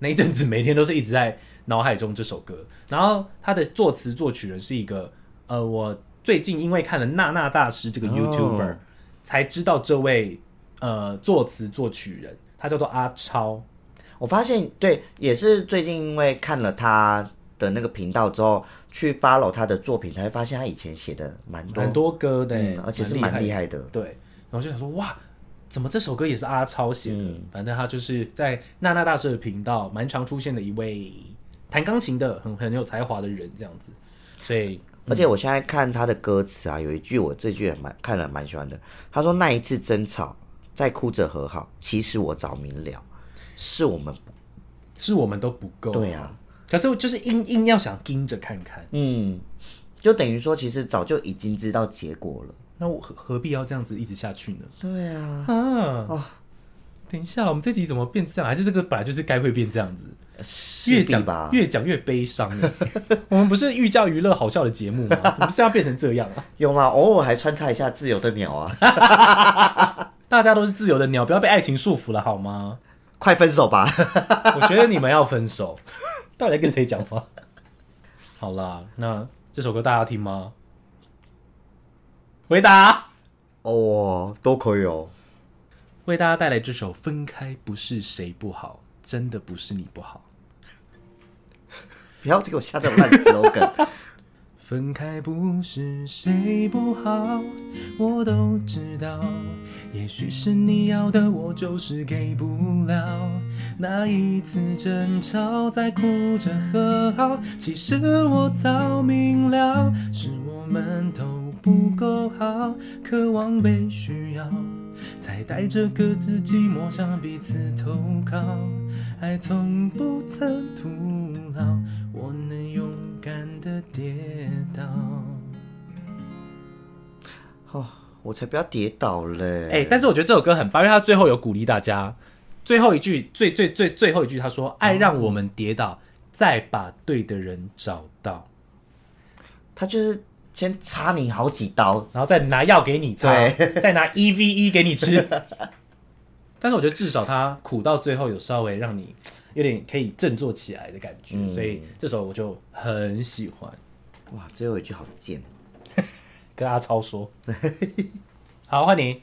Speaker 1: 那一阵子每天都是一直在脑海中这首歌。然后他的作词作曲人是一个呃，我最近因为看了娜娜大师
Speaker 2: 哦
Speaker 1: 这个 YouTuber，、才知道这位呃作词作曲人，他叫做阿超。
Speaker 2: 我发现对，也是最近因为看了他的那个频道之后，去 follow 他的作品，才会发现他以前写的蛮多，
Speaker 1: 蛮多歌的、
Speaker 2: 嗯，而且是蛮厉害的。
Speaker 1: 对，然后就想说哇，怎么这首歌也是阿超写的？
Speaker 2: 嗯
Speaker 1: 反正他就是在娜娜大师的频道蛮常出现的一位弹钢琴的很很有才华的人，这样子。所以
Speaker 2: 而且我现在看他的歌词啊，有一句我这句也蛮看了蛮喜欢的。他说那一次争吵，在哭着和好，其实我早明了，是我们不
Speaker 1: 是我们都不够。
Speaker 2: 对啊，
Speaker 1: 可是我就是硬硬要想盯着看看，
Speaker 2: 嗯，就等于说其实早就已经知道结果了。
Speaker 1: 那我何何必要这样子一直下去呢？
Speaker 2: 对啊，
Speaker 1: 啊，等一下，我们这集怎么变这样？还是这个本来就是该会变这样子？
Speaker 2: 势
Speaker 1: 越
Speaker 2: 必
Speaker 1: 讲
Speaker 2: 吧。
Speaker 1: 越讲越悲伤耶。 我们不是寓教于乐好笑的节目吗？怎么现在变成这样啊？
Speaker 2: 有吗？偶尔还穿插一下自由的鸟啊，
Speaker 1: 大家都是自由的鸟，不要被爱情束缚了好吗？
Speaker 2: 快分手吧！
Speaker 1: 我觉得你们要分手， 到底在跟谁讲话？好啦，那这首歌大家要听吗？回答。
Speaker 2: 哦，都可以哦。
Speaker 1: 为大家带来这首《分开不是谁不好》，真的不是你不好。
Speaker 2: 不要给我下这种烂 slogan。
Speaker 1: 分开不是谁不好，我都知道。也许是你要的，我就是给不了。那一次争吵，在哭着和好，其实我早明了，是我们都不够好，渴望被需要，才带着各自寂寞向彼此投靠。爱从不曾徒劳，我能勇敢的跌倒。
Speaker 2: 我才不要跌倒嘞！
Speaker 1: 哎、但是我觉得这首歌很棒，因为他最后有鼓励大家，最后一句最最最最后一句，他说：“爱让我们跌倒，再把对的人找到，
Speaker 2: 他就是先插你好几刀，
Speaker 1: 然后再拿药给你擦， 再拿 E V E 给你吃。” 但是我觉得至少他苦到最后有稍微让你有点可以振作起来的感觉，
Speaker 2: 嗯
Speaker 1: 所以这首我就很喜欢。
Speaker 2: 哇，最后一句好贱。
Speaker 1: 跟阿超说， 好，换你。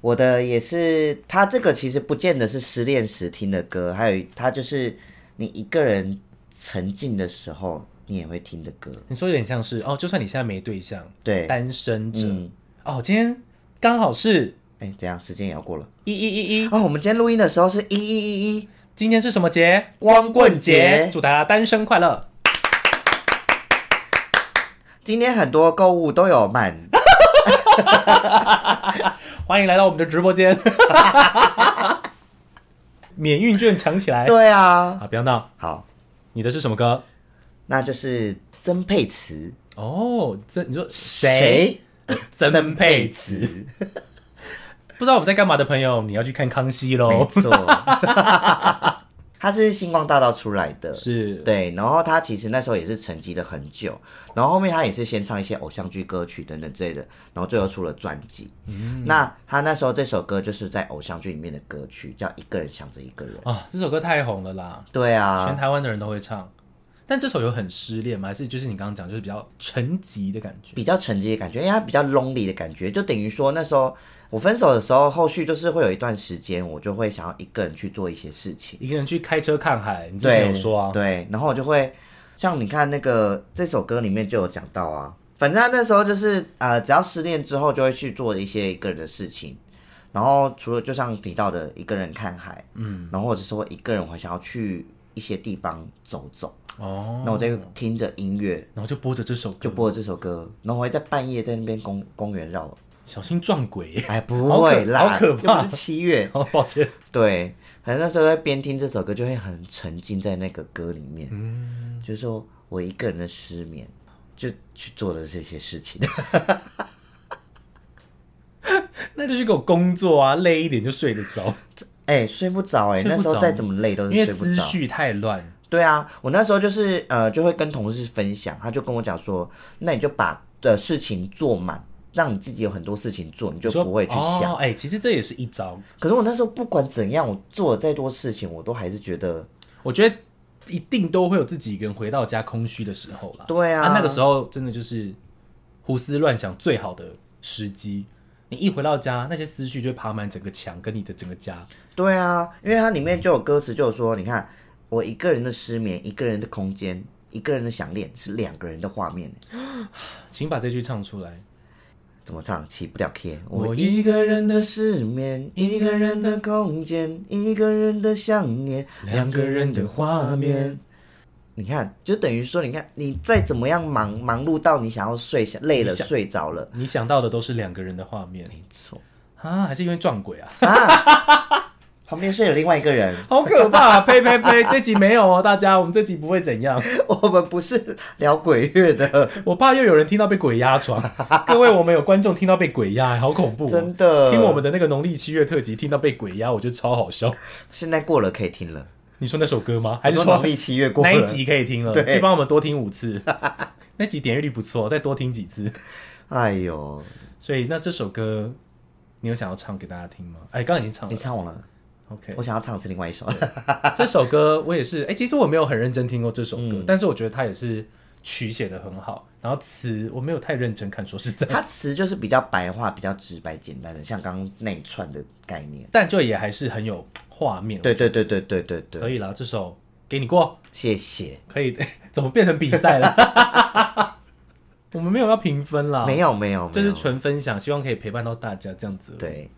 Speaker 2: 我的也是，他这个其实不见得是失恋时听的歌，还有他就是你一个人沉浸的时候，你也会听的歌。
Speaker 1: 你说有点像是哦，就算你现在没对象，
Speaker 2: 对，哎、
Speaker 1: 单身者、
Speaker 2: 嗯
Speaker 1: 哦，今天刚好是
Speaker 2: 怎样？时间也要过了
Speaker 1: 一一一一，
Speaker 2: 哦。我们今天录音的时候是一一一一
Speaker 1: 今天是什么节？
Speaker 2: 光棍节。
Speaker 1: 祝大家单身快乐！
Speaker 2: 今天很多购物都有满，
Speaker 1: 欢迎来到我们的直播间， 免运券抢起来
Speaker 2: 对啊。
Speaker 1: 啊！不要闹，
Speaker 2: 好，
Speaker 1: 你的是什么歌？
Speaker 2: 那就是曾沛慈，
Speaker 1: 哦，曾你说谁？
Speaker 2: 谁？
Speaker 1: 曾沛慈。
Speaker 2: 慈，
Speaker 1: 不知道我们在干嘛的朋友，你要去看《康熙》
Speaker 2: 没
Speaker 1: 喽。
Speaker 2: 错，他是星光大道出来的。
Speaker 1: 是，
Speaker 2: 对，然后他其实那时候也是沉寂了很久，然后后面他也是先唱一些偶像剧歌曲等等之类的，然后最后出了专辑。那他那时候这首歌就是在偶像剧里面的歌曲，叫《一个人想着一个人》。
Speaker 1: 啊，这首歌太红了啦，
Speaker 2: 对
Speaker 1: 全
Speaker 2: 啊，
Speaker 1: 台湾的人都会唱。但这首有很失恋吗？还是就是你刚刚讲，就是比较沉寂的感觉？
Speaker 2: 比较沉寂的感觉，因为他比较 lonely 的感觉，就等于说那时候我分手的时候，后续就是会有一段时间，我就会想要一个人去做一些事情。
Speaker 1: 一个人去开车看海，你之前
Speaker 2: 对，
Speaker 1: 有说啊，
Speaker 2: 对，然后我就会像你看那个这首歌里面就有讲到啊，反正他那时候就是呃，只要失恋之后就会去做一些一个人的事情，然后除了就像提到的一个人看海，嗯，然后或者说一个人我想要去一些地方走走，
Speaker 1: 哦，
Speaker 2: 那我就听着音乐
Speaker 1: 然后就播着这首歌，
Speaker 2: 就播这首歌，然后我会在半夜在那边公公园绕，
Speaker 1: 小心撞鬼。
Speaker 2: 哎，不
Speaker 1: 好可
Speaker 2: 会啦，
Speaker 1: 好可怕
Speaker 2: 又不是七月，
Speaker 1: 好抱歉，
Speaker 2: 对，反正那时候在边听这首歌，就会很沉浸在那个歌里面。嗯，就是说我一个人的失眠，就去做了这些事情。
Speaker 1: 那就去给我工作啊，累一点就睡得着，
Speaker 2: 哎、睡不着哎、
Speaker 1: 睡不
Speaker 2: 那时候
Speaker 1: 着
Speaker 2: 再怎么累都是
Speaker 1: 因为
Speaker 2: 呃睡不
Speaker 1: 思
Speaker 2: 着。
Speaker 1: 绪太乱。
Speaker 2: 对啊，我那时候就是呃，就会跟同事分享，他就跟我讲说，那你就把呃事情做满，让你自己有很多事情做，你就
Speaker 1: 说
Speaker 2: 不会去想。
Speaker 1: 哦哎、其实这也是一招。
Speaker 2: 可是我那时候不管怎样，我做了再多事情，我都还是觉得
Speaker 1: 我觉得一定都会有自己一个人回到家空虚的时候啦。
Speaker 2: 对啊
Speaker 1: 那个时候真的就是胡思乱想最好的时机。你一回到家，那些思绪就会爬满整个墙跟你的整个家。
Speaker 2: 对啊，因为它里面就有歌词，就有说，你看我一个人的失眠，一个人的空间，一个人的想念，是两个人的画面。
Speaker 1: 请把这句唱出来。
Speaker 2: 怎么唱？起不了 K。
Speaker 1: 我
Speaker 2: 我
Speaker 1: 一
Speaker 2: 一个人的失眠，一个人的空间，一个人的想念，两个人的画面。你看，就等于说，你看你再怎么样忙忙碌到你想要睡下，累了
Speaker 1: 你想
Speaker 2: 睡着了，
Speaker 1: 你想到的都是两个人的画面
Speaker 2: 没错
Speaker 1: 啊，还是因为撞鬼啊？
Speaker 2: 啊，旁边睡了另外一个 人，
Speaker 1: 好可怕、啊！呸呸呸！这集没有哦，大家，我们这集不会怎样。
Speaker 2: 我们不是聊鬼月的，
Speaker 1: 我怕又有人听到被鬼压 床。各位，我们有观众听到被鬼压，好恐怖哦、
Speaker 2: 真的。
Speaker 1: 听我们的那个农历七月特辑，听到被鬼压，我觉得超好笑。
Speaker 2: 现在过了可以听了。
Speaker 1: 你说那首歌吗？还是
Speaker 2: 我
Speaker 1: 说
Speaker 2: 说农历七月过
Speaker 1: 那
Speaker 2: 了
Speaker 1: 一集可以听了？
Speaker 2: 对
Speaker 1: 可以帮我们多听五次。 那集点阅率不错，再多听几次。
Speaker 2: 哎呦，
Speaker 1: 所以那这首歌，你有想要唱给大家听吗？哎，刚刚已经唱
Speaker 2: 你
Speaker 1: 了。
Speaker 2: 唱完了，
Speaker 1: OK，
Speaker 2: 我想要唱的是另外一 首。
Speaker 1: 这首歌我也是，哎，其实我没有很认真听过这首
Speaker 2: 嗯
Speaker 1: 歌，但是我觉得它也是曲写的很好，然后词我没有太认真看，说实在，
Speaker 2: 它词就是比较白话、比较直白、简单的，像刚刚那一串的概念。
Speaker 1: 但就也还是很有画面。
Speaker 2: 对对对对对对
Speaker 1: 可
Speaker 2: 对，
Speaker 1: 以啦，这首给你过，
Speaker 2: 谢谢。
Speaker 1: 可以，怎么变成比赛了？ 我们没有要评分啦，
Speaker 2: 没有没有，
Speaker 1: 这
Speaker 2: 没
Speaker 1: 是
Speaker 2: 有
Speaker 1: 纯分享，希望可以陪伴到大家这样子。
Speaker 2: 对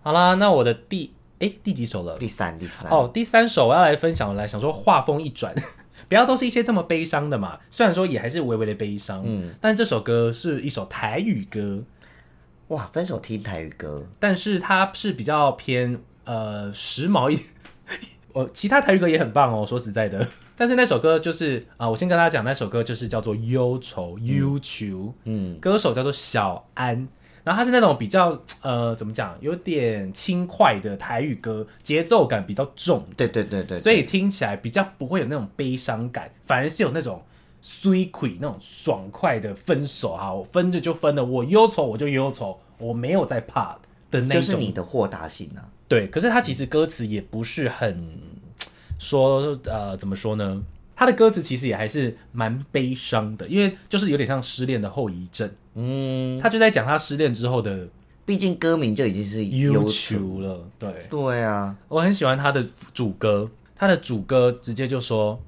Speaker 1: 好啦，那我的第哎第几首了？
Speaker 2: 第三第三
Speaker 1: 哦，第三首我要来分享，我来想说话风一转， 不要都是一些这么悲伤的嘛。虽然说也还是微微的悲伤，嗯，但这首歌是一首台语歌，
Speaker 2: 哇，分手听台语歌，
Speaker 1: 但是它是比较偏呃时髦一点。 我其他台语歌也很棒哦，说实在的，但是那首歌就是啊、我先跟大家讲，那首歌就是叫做《忧愁》忧愁，
Speaker 2: 嗯，
Speaker 1: 歌手叫做小安，然后他是那种比较呃怎么讲，有点轻快的台语歌，节奏感比较重，
Speaker 2: 对对对对，
Speaker 1: 所以听起来比较不会有那种悲伤感，反而是有那种。虽溃那种爽快的分手哈，我分着就分了，我忧愁我就忧愁，我没有在怕的那
Speaker 2: 就
Speaker 1: 种。
Speaker 2: 是你的豁达性啊，
Speaker 1: 对，可是他其实歌词也不是很说呃怎么说呢？他的歌词其实也还是蛮悲伤的，因为就是有点像失恋的后遗症。
Speaker 2: 嗯，
Speaker 1: 他就在讲他失恋之后的
Speaker 2: 毕竟歌名就已经是
Speaker 1: 忧
Speaker 2: 愁，
Speaker 1: 愁了。对，
Speaker 2: 对啊，
Speaker 1: 我很喜欢他的主歌，他的主歌直接就说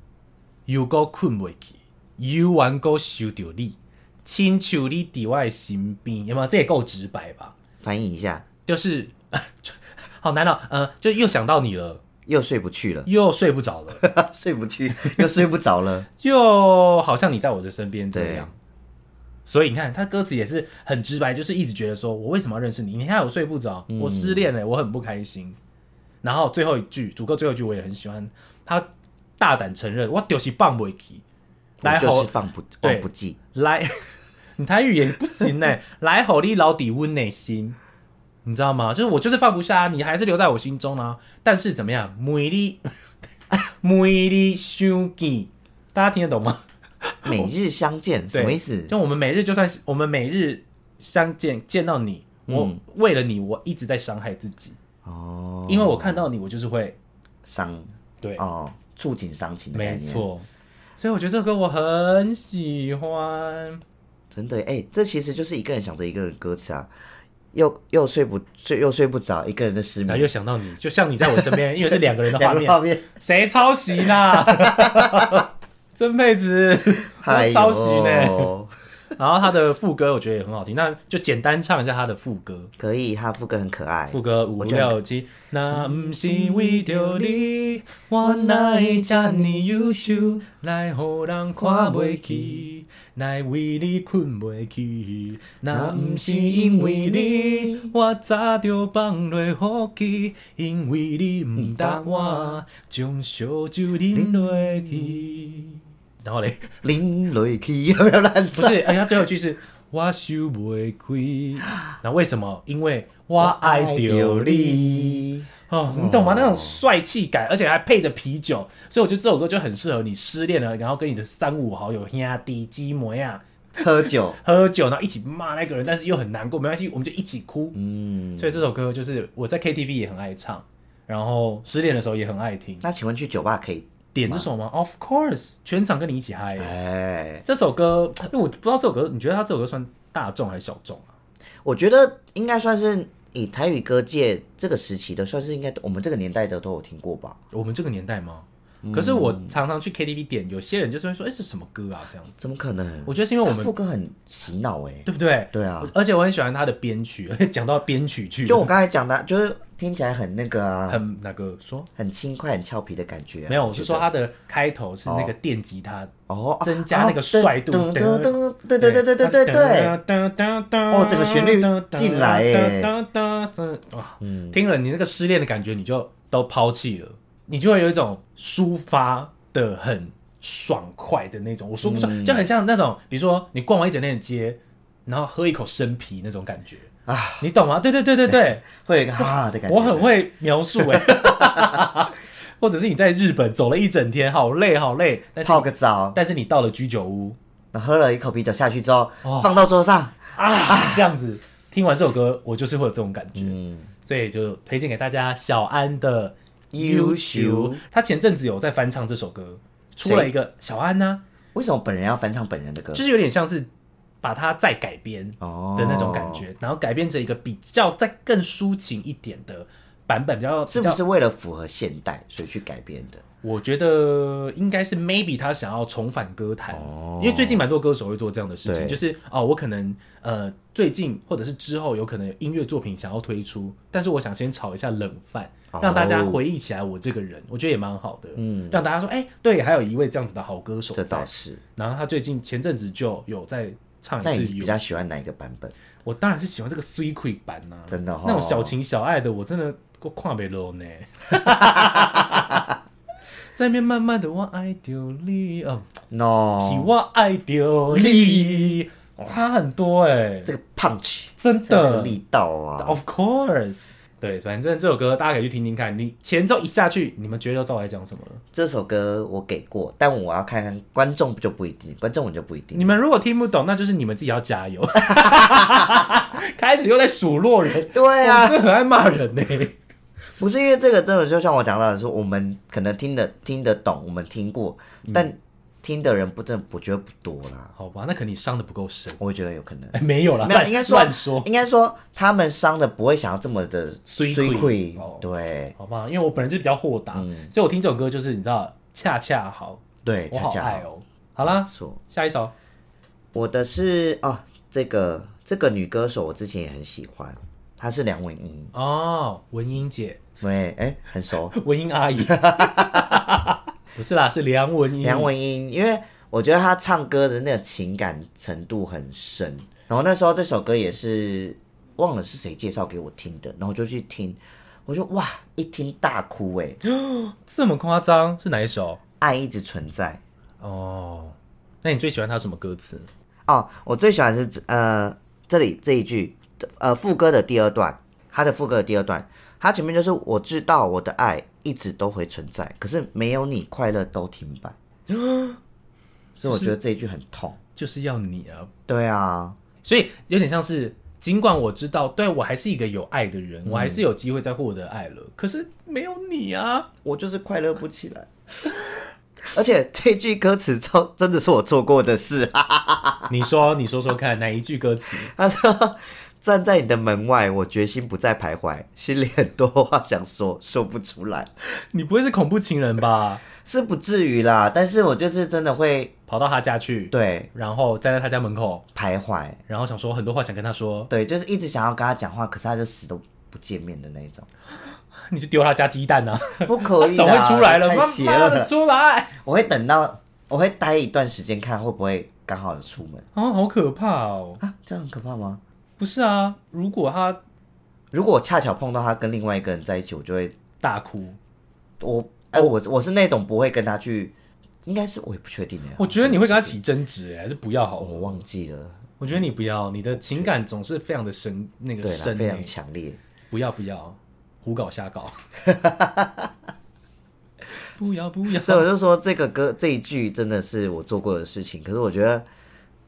Speaker 1: ：“You go 困袂去，You one go 想着你，亲像你伫我的身边，有没有？这也够直白吧？
Speaker 2: 翻译一下，
Speaker 1: 就是 好难哦，呃，就又想到你了，
Speaker 2: 又睡不去了，
Speaker 1: 又睡不着了。”
Speaker 2: 睡不去，又睡不着了，
Speaker 1: 就好像你在我的身边这
Speaker 2: 对
Speaker 1: 样。所以你看，他歌词也是很直白，就是一直觉得说我为什么要认识你？你看我睡不着，
Speaker 2: 嗯
Speaker 1: 我失恋了，我很不开心。然后最后一句，主歌最后一句我也很喜欢，他大胆承认我就是放不起， 来
Speaker 2: 我就
Speaker 1: 吼
Speaker 2: 是放不
Speaker 1: 对
Speaker 2: 放不记，
Speaker 1: 来， 你台语也不行呢、 来吼你老底温内心，你知道吗？就是我就是放不下、你还是留在我心中啊。但是怎么样，每日 每日想见，大家听得懂吗？
Speaker 2: 每日相见
Speaker 1: 对
Speaker 2: 什么意思？
Speaker 1: 就我们每日就算是我们每日相见见到你，
Speaker 2: 嗯
Speaker 1: 我、为了你，我一直在伤害自己，
Speaker 2: 哦，
Speaker 1: 因为我看到你，我就是会
Speaker 2: 伤
Speaker 1: 对，
Speaker 2: 哦，触景伤情的概
Speaker 1: 没
Speaker 2: 念，，
Speaker 1: 错。所以我觉得这首歌我很喜欢，
Speaker 2: 嗯真的哎，这其实就是一个人想着一个人歌词啊，又又睡不睡又睡不着，一个人的失
Speaker 1: 然
Speaker 2: 眠
Speaker 1: 啊后，又想到你，就像你在我身边，因为是两个人的画
Speaker 2: 两个
Speaker 1: 面，
Speaker 2: 画面，
Speaker 1: 谁抄袭 啦？曾沛慈，
Speaker 2: 哎
Speaker 1: 我
Speaker 2: 呦
Speaker 1: 抄袭呢。然后他的副歌我觉得也很好听，那就简单唱一下他的副歌。
Speaker 2: 可以，他副歌很可爱，
Speaker 1: 副歌五
Speaker 2: 觉得
Speaker 1: 六七，若毋是为着你，我哪会遮尼优秀，来互人看袂起，来为你困袂去。若毋是因为你，我早就放落呼吸，因为你毋答我，将烧酒啉落去。然后嘞，
Speaker 2: 林瑞 k 有没有乱
Speaker 1: 不
Speaker 2: 唱？
Speaker 1: 是，哎，他最后一句是。我想袂开，那为什么？因为我爱着你。哦，你懂吗？那种帅气感，而且还配着啤酒，所以我觉得这首歌就很适合你失恋了，然后跟你的三五好友兄弟鸡模呀
Speaker 2: 喝酒，
Speaker 1: 喝酒，然后一起骂那个人，但是又很难过，没关系，我们就一起哭。
Speaker 2: 嗯，
Speaker 1: 所以这首歌就是我在 KTV 也很爱唱，然后失恋的时候也很爱听。
Speaker 2: 那请问去酒吧可以？
Speaker 1: 点这首吗？Of course，全场跟你一起嗨。
Speaker 2: 哎，
Speaker 1: 这首歌，因为我不知道这首歌，你觉得它这首歌算大众还是小众啊？
Speaker 2: 我觉得应该算是以台语歌界这个时期的，算是应该我们这个年代的都有听过吧？
Speaker 1: 我们这个年代吗？可是我常常去 KTV 点，有些人就是会说：“哎、这是什么歌啊？”这样子，
Speaker 2: 怎么可能？
Speaker 1: 我觉得是因为我
Speaker 2: 他
Speaker 1: 们
Speaker 2: 副歌很洗脑哎。
Speaker 1: 对不对？
Speaker 2: 对啊，
Speaker 1: 而且我很喜欢他的编曲，讲到编曲去，
Speaker 2: 就我刚才讲的，就是听起来很那个啊，
Speaker 1: 很那个说
Speaker 2: 很轻快、很俏皮的感觉啊。
Speaker 1: 没有，我是说他的开头是那个电吉他，
Speaker 2: 哦，啊
Speaker 1: 增加那个帅度
Speaker 2: 噔噔噔，对对对对对对对，
Speaker 1: 哦
Speaker 2: 整个旋律进来耶
Speaker 1: 哇，听了你那个失恋的感觉，你就都抛弃了，你就会有一种抒发的很爽快的那种，我说不上，就很像那种，比如说你逛完一整天的街，然后喝一口生啤那种感觉啊，你懂吗？对对对对对。
Speaker 2: 会有一个哈哈的感觉。
Speaker 1: 我很会描述哎、 或者是你在日本走了一整天，好累好累，但是
Speaker 2: 泡个澡，
Speaker 1: 但是你到了居酒屋
Speaker 2: 然后喝了一口啤酒下去之后
Speaker 1: 哦，
Speaker 2: 放到桌上，
Speaker 1: 啊，这样子听完这首歌，我就是会有这种感觉，
Speaker 2: 嗯，
Speaker 1: 所以就推荐给大家小安的《
Speaker 2: 优
Speaker 1: 优
Speaker 2: 秀
Speaker 1: 秀》，他前阵子有在翻唱这首歌，出了一个小安呢、
Speaker 2: 为什么本人要翻唱本人的歌？
Speaker 1: 就是有点像是把它再改编
Speaker 2: 哦
Speaker 1: 的那种感。觉，然后改编成一个比较再更抒情一点的。版本比较
Speaker 2: 是
Speaker 1: 比
Speaker 2: 不
Speaker 1: 较，
Speaker 2: 是为了符合现代所以去改编的？
Speaker 1: 我觉得应该是 maybe 他想要重返歌坛，
Speaker 2: 哦
Speaker 1: 因为最近蛮多歌手会做这样的事情，
Speaker 2: 对
Speaker 1: 就是哦，我可能呃最近或者是之后有可能有音乐作品想要推出，但是我想先炒一下冷饭，让大家
Speaker 2: 哦
Speaker 1: 回忆起来我这个人，我觉得也蛮好的，
Speaker 2: 嗯，
Speaker 1: 让大家说，哎、对，还有一位这样子的好歌手
Speaker 2: 这
Speaker 1: 在
Speaker 2: 倒，是。
Speaker 1: 然后他最近前阵子就有在唱
Speaker 2: 那
Speaker 1: 一
Speaker 2: 你
Speaker 1: 次
Speaker 2: 比
Speaker 1: 有
Speaker 2: 较喜欢哪一个版本？
Speaker 1: 我当然是喜欢这个 s u i c r e 版呐、
Speaker 2: 真的哦
Speaker 1: 那种小情小爱的，我真的我跨不落 呢。在面慢慢的我爱丢你哦，
Speaker 2: ？No，
Speaker 1: 是我爱丢你，差很多哎、
Speaker 2: 这个 punch
Speaker 1: 真
Speaker 2: 这个
Speaker 1: 的
Speaker 2: 力道啊，
Speaker 1: ，Of course。对，反正这首歌大家可以去听听看。你前奏一下去，你们觉得赵来讲什么了？
Speaker 2: 这首歌我给过，但我要看看观众就不一定，观众我就不一定。
Speaker 1: 你们如果听不懂，那就是你们自己要加 油。开始又在数落人，
Speaker 2: 对
Speaker 1: 我
Speaker 2: 啊
Speaker 1: 们，真的很爱骂人呢、
Speaker 2: 不是因为这个，真的就像我讲到的说，我们可能听得听得懂，我们听过，但
Speaker 1: 嗯
Speaker 2: 听的人不真的我觉得不多啦，
Speaker 1: 好吧，那可能你伤的不够深。
Speaker 2: 我觉得有可能。
Speaker 1: 哎， 没有啦，
Speaker 2: 没有，
Speaker 1: 乱
Speaker 2: 应该说
Speaker 1: 乱说，
Speaker 2: 应该说他们伤的不会想要这么的
Speaker 1: 衰
Speaker 2: 衰
Speaker 1: 溃
Speaker 2: 溃
Speaker 1: 哦
Speaker 2: 对
Speaker 1: 好吧？因为我本人就比较豁达，所以我听这首歌就是你知道，恰恰好，
Speaker 2: 嗯对，
Speaker 1: 我
Speaker 2: 恰
Speaker 1: 好
Speaker 2: 恰
Speaker 1: 爱
Speaker 2: 好
Speaker 1: 哦。好啦
Speaker 2: 没，错。
Speaker 1: 下一首
Speaker 2: 我的是哦，这个这个女歌手我之前也很喜欢，她是梁文音，
Speaker 1: 哦，文英姐，
Speaker 2: 对，哎，很熟。
Speaker 1: 文英阿姨， 不是啦，是梁文英。
Speaker 2: 梁文音，因为我觉得她唱歌的那个情感程度很深。然后那时候这首歌也是忘了是谁介绍给我听的，然后我就去听，我就哇，一听大哭哎、
Speaker 1: 这么夸张，是哪一首？
Speaker 2: 爱一直存在
Speaker 1: 哦，那你最喜欢她什么歌词？
Speaker 2: 哦。我最喜欢的是呃这里这一句，呃副歌的第二段，它的副歌的第二段，它前面就是我知道我的爱一直都会存在，可是没有你快乐都停摆。所以我觉得这一句很痛。
Speaker 1: 就是要你啊，
Speaker 2: 对啊，
Speaker 1: 所以有点像是，尽管我知道，对我还是一个有爱的人，
Speaker 2: 嗯
Speaker 1: 我还是有机会再获得爱了，可是没有你啊，
Speaker 2: 我就是快乐不起来。而且这句歌词超真的是我做过的事啊！
Speaker 1: 你说，你说说看，哪一句歌词？
Speaker 2: 他说：“站在你的门外，我决心不再徘徊，心里很多话想说，说不出来，
Speaker 1: 你不会是恐怖情人吧？
Speaker 2: 是不至于啦。但是我就是真的会
Speaker 1: 跑到他家去，
Speaker 2: 对
Speaker 1: 然后站在他家门口，
Speaker 2: 徘徊，
Speaker 1: 然后想说很多话想跟他说，
Speaker 2: 对，就是一直想要跟他讲话，可是他就死都不见面的那一种，
Speaker 1: 你就丢他家鸡蛋啊，
Speaker 2: 不 可以
Speaker 1: 总会
Speaker 2: 啦
Speaker 1: 出来了，
Speaker 2: 太
Speaker 1: 妈
Speaker 2: 邪
Speaker 1: 妈的
Speaker 2: 了。
Speaker 1: 出来，
Speaker 2: 我会等到，我会待一段时间，看会不会刚好有出门
Speaker 1: 哦，好可怕哦！
Speaker 2: 啊？这样很可怕吗？
Speaker 1: 不是啊，如果他
Speaker 2: 如果我恰巧碰到他跟另外一个人在一起，我就会
Speaker 1: 大哭，
Speaker 2: 我哎、我我是那种不会跟他去，应该是我也不确定的。哦
Speaker 1: 我觉得你会跟他起争执、哎，还是不要好
Speaker 2: 我
Speaker 1: 了。
Speaker 2: 忘记了，
Speaker 1: 我觉得你不要，你的情感总是非常的深，那个
Speaker 2: 对啦，
Speaker 1: 深、
Speaker 2: 非
Speaker 1: 哎
Speaker 2: 常强烈。
Speaker 1: 不要不要，胡搞瞎 搞，不要不要，
Speaker 2: 所以我就说这个歌这一句真的是我做过的事情，可是我觉得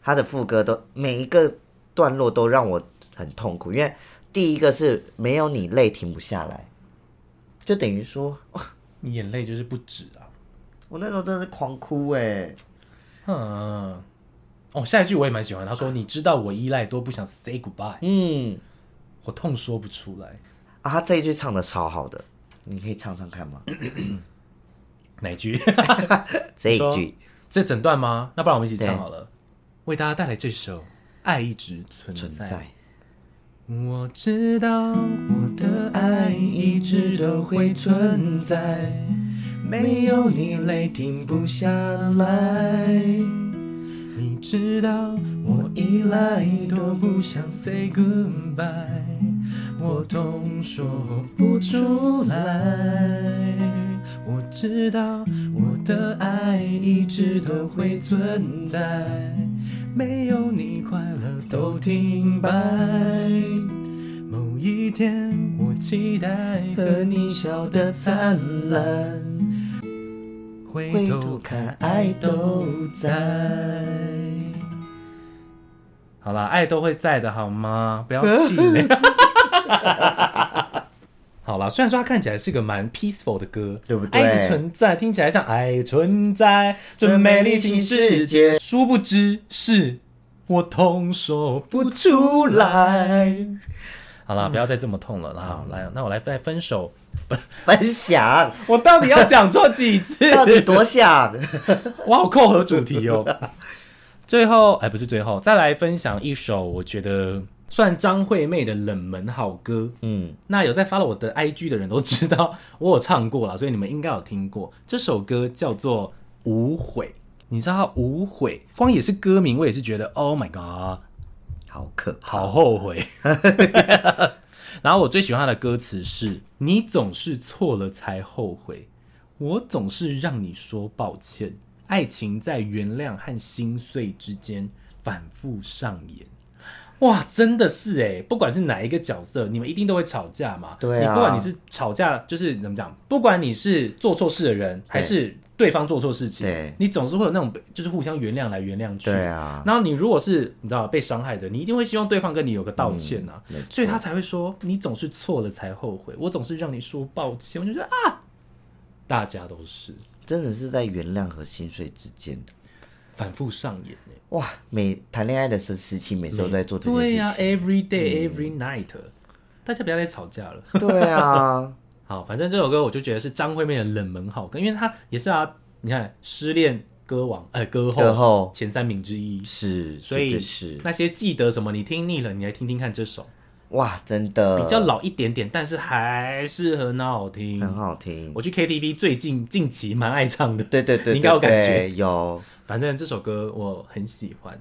Speaker 2: 他的副歌都每一个段落都让我很痛苦，因为第一个是没有你泪停不下来，就等于说
Speaker 1: 你眼泪就是不止啊。
Speaker 2: 我那时候真的是狂哭哎、
Speaker 1: 嗯，哦，下一句我也蛮喜欢。他说：“你知道我依赖多，不想 say goodbye，
Speaker 2: 嗯
Speaker 1: 我痛说不出来。
Speaker 2: 啊，他这一句唱的超好的，你可以唱唱看吗？”
Speaker 1: 哪一句？
Speaker 2: 这一
Speaker 1: 说
Speaker 2: 句
Speaker 1: 这整段吗？那不然我们一起唱
Speaker 2: 对
Speaker 1: 好了，为大家带来这首《爱一直存在》
Speaker 2: 存在。
Speaker 1: 我知道我的爱一直都会存在，没有你泪停不下来。你知道我依赖多不想 say goodbye，我痛说不出来。我知道我的爱一直都会存在，没有你快乐都停摆。某一天，我期待和你笑得灿烂，回
Speaker 2: 回
Speaker 1: 头
Speaker 2: 头
Speaker 1: 看
Speaker 2: 看
Speaker 1: 爱
Speaker 2: 爱
Speaker 1: 都
Speaker 2: 都
Speaker 1: 在
Speaker 2: 在。
Speaker 1: 好啦，爱都会在的，好吗？ 不要气馁。 好啦，虽然说它看起来是个蛮 peaceful 的歌，
Speaker 2: 对不对
Speaker 1: 爱一直存在，听起来像爱存在这
Speaker 2: 这
Speaker 1: 美
Speaker 2: 美
Speaker 1: 丽
Speaker 2: 丽
Speaker 1: 新
Speaker 2: 新
Speaker 1: 世
Speaker 2: 世
Speaker 1: 界，
Speaker 2: 界
Speaker 1: 殊不知是我痛说不
Speaker 2: 不出来。
Speaker 1: 好好啦，不要再这么痛了
Speaker 2: 嗯
Speaker 1: 啦。好，来，那我来再分手。
Speaker 2: 分享
Speaker 1: 我到底要讲错几次？
Speaker 2: 到底多想？
Speaker 1: 哇，好扣合主题哦。最后，哎，不是最后，再来分享一首我觉得算张惠妹的冷门好歌。
Speaker 2: 嗯，
Speaker 1: 那有在发了我的 IG 的人都知道 我有唱过啦，所以你们应该有听过这首歌叫做《无悔》。你知道《无悔》光也是歌名，我也是觉得 Oh my God，
Speaker 2: 好可怕。
Speaker 1: 好后悔。 然后我最喜欢他的歌词是：“你总是错了才后悔，我总是让你说抱歉。爱情在原谅和心碎之间反复上演。”哇，真的是哎，不管是哪一个角色，你们一定都会吵架嘛。
Speaker 2: 对啊
Speaker 1: 你不管你是吵架，就是怎么讲，不管你是做错事的人，还是对方做错事情
Speaker 2: 对，
Speaker 1: 你总是会有那种就是互相原谅来原谅去。
Speaker 2: 对啊，
Speaker 1: 然后你如果是你知道被伤害的，你一定会希望对方跟你有个道歉呐、
Speaker 2: 嗯没错
Speaker 1: 所以他才会说你总是错了才后悔，我总是让你说抱歉，我就觉得啊，大家都是
Speaker 2: 真的是在原谅和心碎之间的
Speaker 1: 反复上演欸
Speaker 2: 哇！每谈恋爱的时时期，每次都在做这件
Speaker 1: 对呀、
Speaker 2: 事嗯
Speaker 1: e v e r y day、every night，大家不要再吵架了。
Speaker 2: 情。对啊，
Speaker 1: 好，反正这首歌我就觉得是张惠妹的冷门好歌，因为她也是啊，你看失恋歌王，哎、歌后
Speaker 2: 歌后
Speaker 1: 前三名之一，
Speaker 2: 是，
Speaker 1: 所以
Speaker 2: 绝对是
Speaker 1: 那些记得什么你听腻了，你来听听看这首。
Speaker 2: 哇，真的
Speaker 1: 比较老一点点，但是还是很好听。
Speaker 2: 很好听。
Speaker 1: 我去 KTV 最近近期蛮爱唱的，
Speaker 2: 对对对，
Speaker 1: 你应该有感
Speaker 2: 对
Speaker 1: 觉。
Speaker 2: 有。
Speaker 1: 反正这首歌我很喜欢，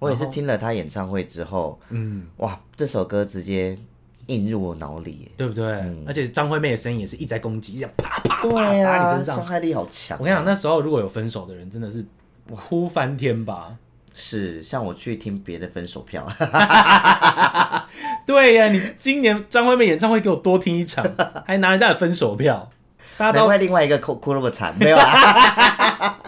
Speaker 2: 我也是听了他演唱会之后，
Speaker 1: 嗯，
Speaker 2: 哇，这首歌直接印入我脑里耶。
Speaker 1: 对不对？而且张惠妹的声音也是一直在攻击，一直在啪啪啪
Speaker 2: 对
Speaker 1: 打你
Speaker 2: 啊，
Speaker 1: 身上
Speaker 2: 伤。害力好强
Speaker 1: 我。跟你讲，那时候如果有分手的人，真的是哭翻天吧？
Speaker 2: 是，像我去听别的分手票，
Speaker 1: 对呀，你今年张惠妹演唱会给我多听一场，还拿人家的分手票。大家
Speaker 2: 难
Speaker 1: 知道
Speaker 2: 怪另外一个哭哭那么惨，没有啊 啦。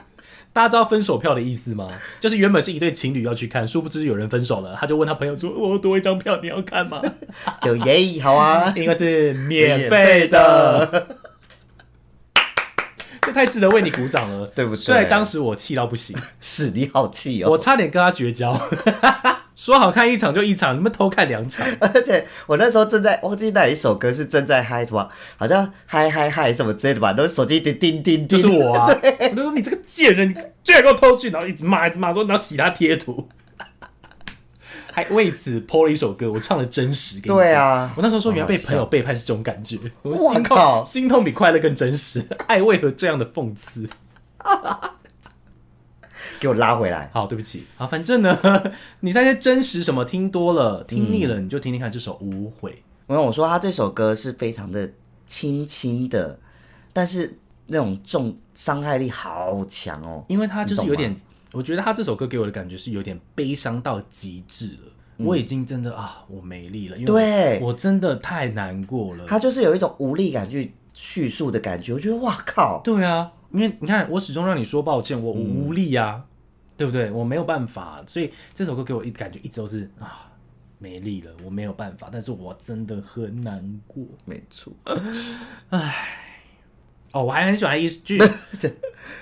Speaker 1: 大家知道分手票的意思吗？就是原本是一对情侣要去看，殊不知有人分手了，他就问他朋友说：“我多一张票，你要看吗？”
Speaker 2: 就耶，好啊，
Speaker 1: 应该是免费的，这太值得为你鼓掌了，
Speaker 2: 对不对
Speaker 1: 虽然当时我气到不行，
Speaker 2: 是你好气
Speaker 1: 我
Speaker 2: 哦。
Speaker 1: 差点跟他绝交。 说好看一场就一场，你们偷看两场，
Speaker 2: 而且我那时候正在忘记哪一首歌是正在嗨什么，好像嗨嗨嗨什么之类的吧，都是手机一直叮叮叮，
Speaker 1: 就是我啊！我就说你这个贱人，你居然给我偷去，然后一直骂，一直骂，说你要洗他贴 图，还为此 po 了一首歌，我唱的真实给你。
Speaker 2: 对，啊，
Speaker 1: 我那时候说原来被朋友
Speaker 2: 好好笑
Speaker 1: 背叛是这种感觉，我
Speaker 2: 哇
Speaker 1: 心
Speaker 2: 靠
Speaker 1: 痛，心痛比快乐更真实。 爱为何这样的讽刺？
Speaker 2: 给我拉回来，
Speaker 1: 好，对不起啊，反正呢， 你那些真实什么听多了、听腻了，
Speaker 2: 嗯
Speaker 1: 你就听听看这首《无悔》。
Speaker 2: 没有，我说他这首歌是非常的轻轻的，但是那种重伤害力好强哦。
Speaker 1: 因为他就是
Speaker 2: 你懂
Speaker 1: 有点，我觉得他这首歌给我的感觉是有点悲伤到极致了。我已经真的啊，我没力了，因为
Speaker 2: 嗯对
Speaker 1: 我真的太难过了。
Speaker 2: 他就是有一种无力感去叙述的感觉，我觉得哇靠，
Speaker 1: 对啊，因为你看，我始终让你说抱歉，
Speaker 2: 嗯
Speaker 1: 我我无力啊，对不对？我没有办法，所以这首歌给我一感觉一直都是啊，没力了，我没有办法，但是我真的很难过。
Speaker 2: 没错，
Speaker 1: 哦，我还很喜欢一 句，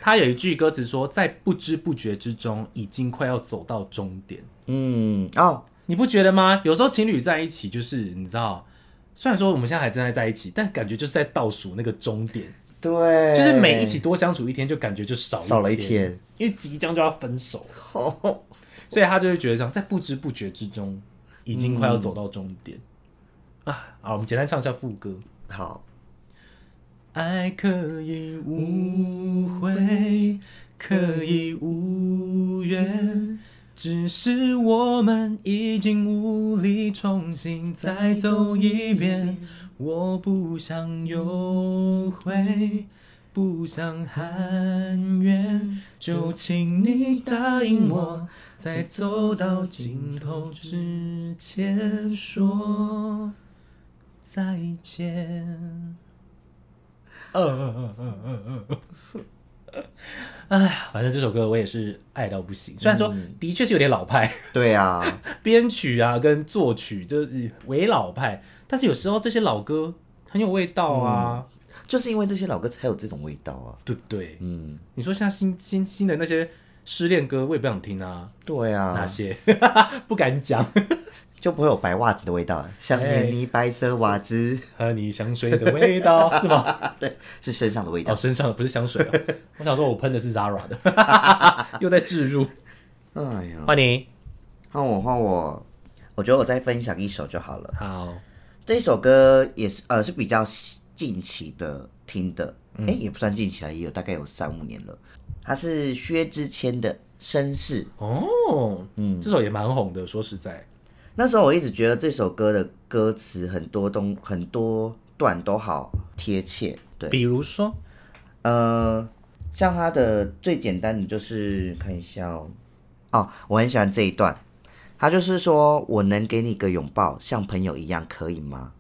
Speaker 1: 他有一句歌词说，在不知不觉之中，已经快要走到终点，
Speaker 2: 嗯，哦，
Speaker 1: 你不觉得吗？有时候情侣在一起，就是你知道，虽然说我们现在还正在在一起，但感觉就是在倒数那个终点，
Speaker 2: 对，
Speaker 1: 就是每一起多相处一天，就感觉就少
Speaker 2: 哎少了一
Speaker 1: 一
Speaker 2: 天，
Speaker 1: 因为即将就要分手了，
Speaker 2: 哦，
Speaker 1: 所以他就会觉得这样，在不知不觉之中，已经快要
Speaker 2: 嗯
Speaker 1: 走到终点、啊！好，我们简单唱一下副歌。
Speaker 2: 好，
Speaker 1: 爱可以无悔，可以无怨，只是我们已经无力重新再走一遍。我不想有悔，不想喊冤，就请你答应我，在走到尽头之前说再见。哎呀，反正这首歌我也是爱到不行，
Speaker 2: 嗯
Speaker 1: 虽然说的确是有点老派，
Speaker 2: 对啊，
Speaker 1: 编曲啊跟作曲就是伪老派，但是有时候这些老歌很有味道啊，
Speaker 2: 嗯就是因为这些老歌才有这种味道啊，
Speaker 1: 对不对？
Speaker 2: 嗯，
Speaker 1: 你说像新新新的那些失恋歌我也不想听啊，
Speaker 2: 对
Speaker 1: 哪
Speaker 2: 啊，
Speaker 1: 些 不敢讲。
Speaker 2: 就不会有白袜子的味道了。啊想念你白色袜子，
Speaker 1: 和你香水的味道 是吗？
Speaker 2: 是身上的味
Speaker 1: 哦，
Speaker 2: 道。
Speaker 1: 身上的不是香水、哦，我想说我喷的是 Zara 的， 又在置入。
Speaker 2: 哎呀，
Speaker 1: 欢迎，
Speaker 2: 换我换我，我觉得我再分享一首就好了。
Speaker 1: 好，
Speaker 2: 这首歌也是呃是比较近期的听的，哎、也不算近期了，也有大概有三五年了。它是薛之谦的《绅士》。
Speaker 1: 哦，嗯，这首也蛮红的，说实在，
Speaker 2: 那时候我一直觉得这首歌的歌词很多东很多段都好贴切，对，
Speaker 1: 比如说，
Speaker 2: 呃，像它的最简单的就是看一下哦，哦，我很喜欢这一段，它就是说我能给你一个拥抱，像朋友一样，可以吗？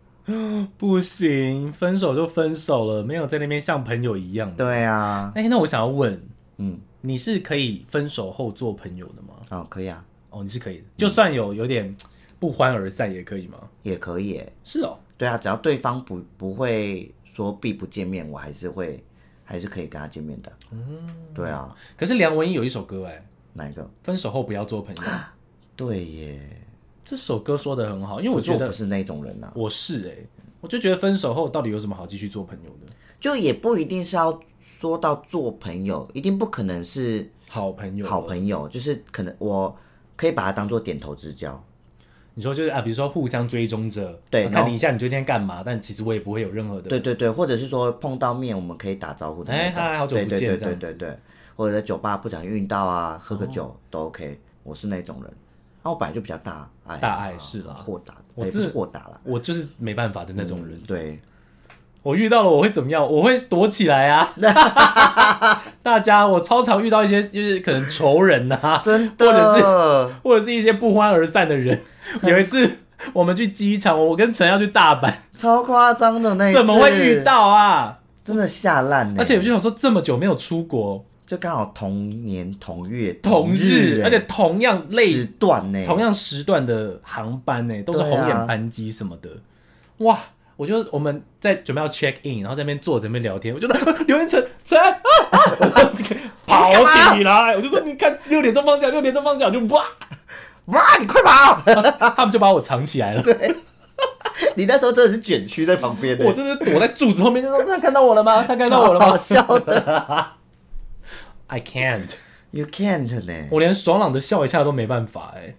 Speaker 1: 不行，分手就分手了，没有在那边像朋友一样的。
Speaker 2: 对啊，
Speaker 1: 哎、那我想要问，
Speaker 2: 嗯，
Speaker 1: 你是可以分手后做朋友的吗？
Speaker 2: 哦，可以啊，
Speaker 1: 哦，你是可以的，就算有有点不欢而散也可以吗？
Speaker 2: 也可以耶，
Speaker 1: 是哦，
Speaker 2: 对啊，只要对方不不会说必不见面，我还是会还是可以跟他见面的，嗯，对啊，
Speaker 1: 可是梁文音有一首歌，哎，
Speaker 2: 哪一个？
Speaker 1: 分手后不要做朋友，
Speaker 2: 对耶，
Speaker 1: 这首歌说的很好，因为我
Speaker 2: 可是
Speaker 1: 觉
Speaker 2: 我
Speaker 1: 得
Speaker 2: 不是那种人啊。
Speaker 1: 我是哎、我就觉得分手后到底有什么好继续做朋友的？
Speaker 2: 就也不一定是要说到做朋友，一定不可能是
Speaker 1: 好朋友，
Speaker 2: 好朋友，就是可能我可以把它当做点头之交，
Speaker 1: 你说就是啊，比如说互相追踪着，
Speaker 2: 对
Speaker 1: 啊
Speaker 2: 然
Speaker 1: 看
Speaker 2: 后
Speaker 1: 你一下，你今天干嘛？但其实我也不会有任何的，
Speaker 2: 对对对，或者是说碰到面我们可以打招呼的那
Speaker 1: 哎
Speaker 2: 种，
Speaker 1: 嗨好久不见这
Speaker 2: 对对对
Speaker 1: 样哦
Speaker 2: 对对，或者在酒吧不小心遇到啊，喝个酒、都 OK，我是那种人，啊，我本来就比较大爱啊，
Speaker 1: 大爱是啦
Speaker 2: 豁达的，哎
Speaker 1: 我
Speaker 2: 也不
Speaker 1: 自
Speaker 2: 是豁达啦，
Speaker 1: 我就是没办法的那种人。
Speaker 2: 对，
Speaker 1: 我遇到了我会怎么样？我会躲起来 啊！大家，我超常遇到一些就是可能仇人呐、啊，
Speaker 2: 真
Speaker 1: 或者是
Speaker 2: 的，
Speaker 1: 或者是一些不欢而散的人。有一次我们去机场，我跟陈要去大 阪，
Speaker 2: 超夸张的那一次，
Speaker 1: 怎么会遇？到啊？
Speaker 2: 真的吓烂呢，
Speaker 1: 而且我就想说，这么久没有出国，
Speaker 2: 就刚好同年同月
Speaker 1: 同日，
Speaker 2: 哎
Speaker 1: 而且同样类
Speaker 2: 时段呢、
Speaker 1: 同样时段的航班呢、都是红
Speaker 2: 对啊
Speaker 1: 眼班机什么的。哇！我就我们在准备要 check in，然后在那边坐着在那边聊天，我就得 刘彦成陈啊，啊我这个跑起来，我就说你看六点钟方向，六点钟方向，我就哇，
Speaker 2: 哇，你快跑！
Speaker 1: 他们就把我藏起来了，
Speaker 2: 你那时候真的是卷曲在旁边、欸，
Speaker 1: 我真的躲在柱子后面，就说他看到我了吗？他看到我了
Speaker 2: 超好
Speaker 1: 吗
Speaker 2: 笑的
Speaker 1: ？I can't，
Speaker 2: ，You can't 呢？
Speaker 1: 我连爽朗的笑一下都没办法哎、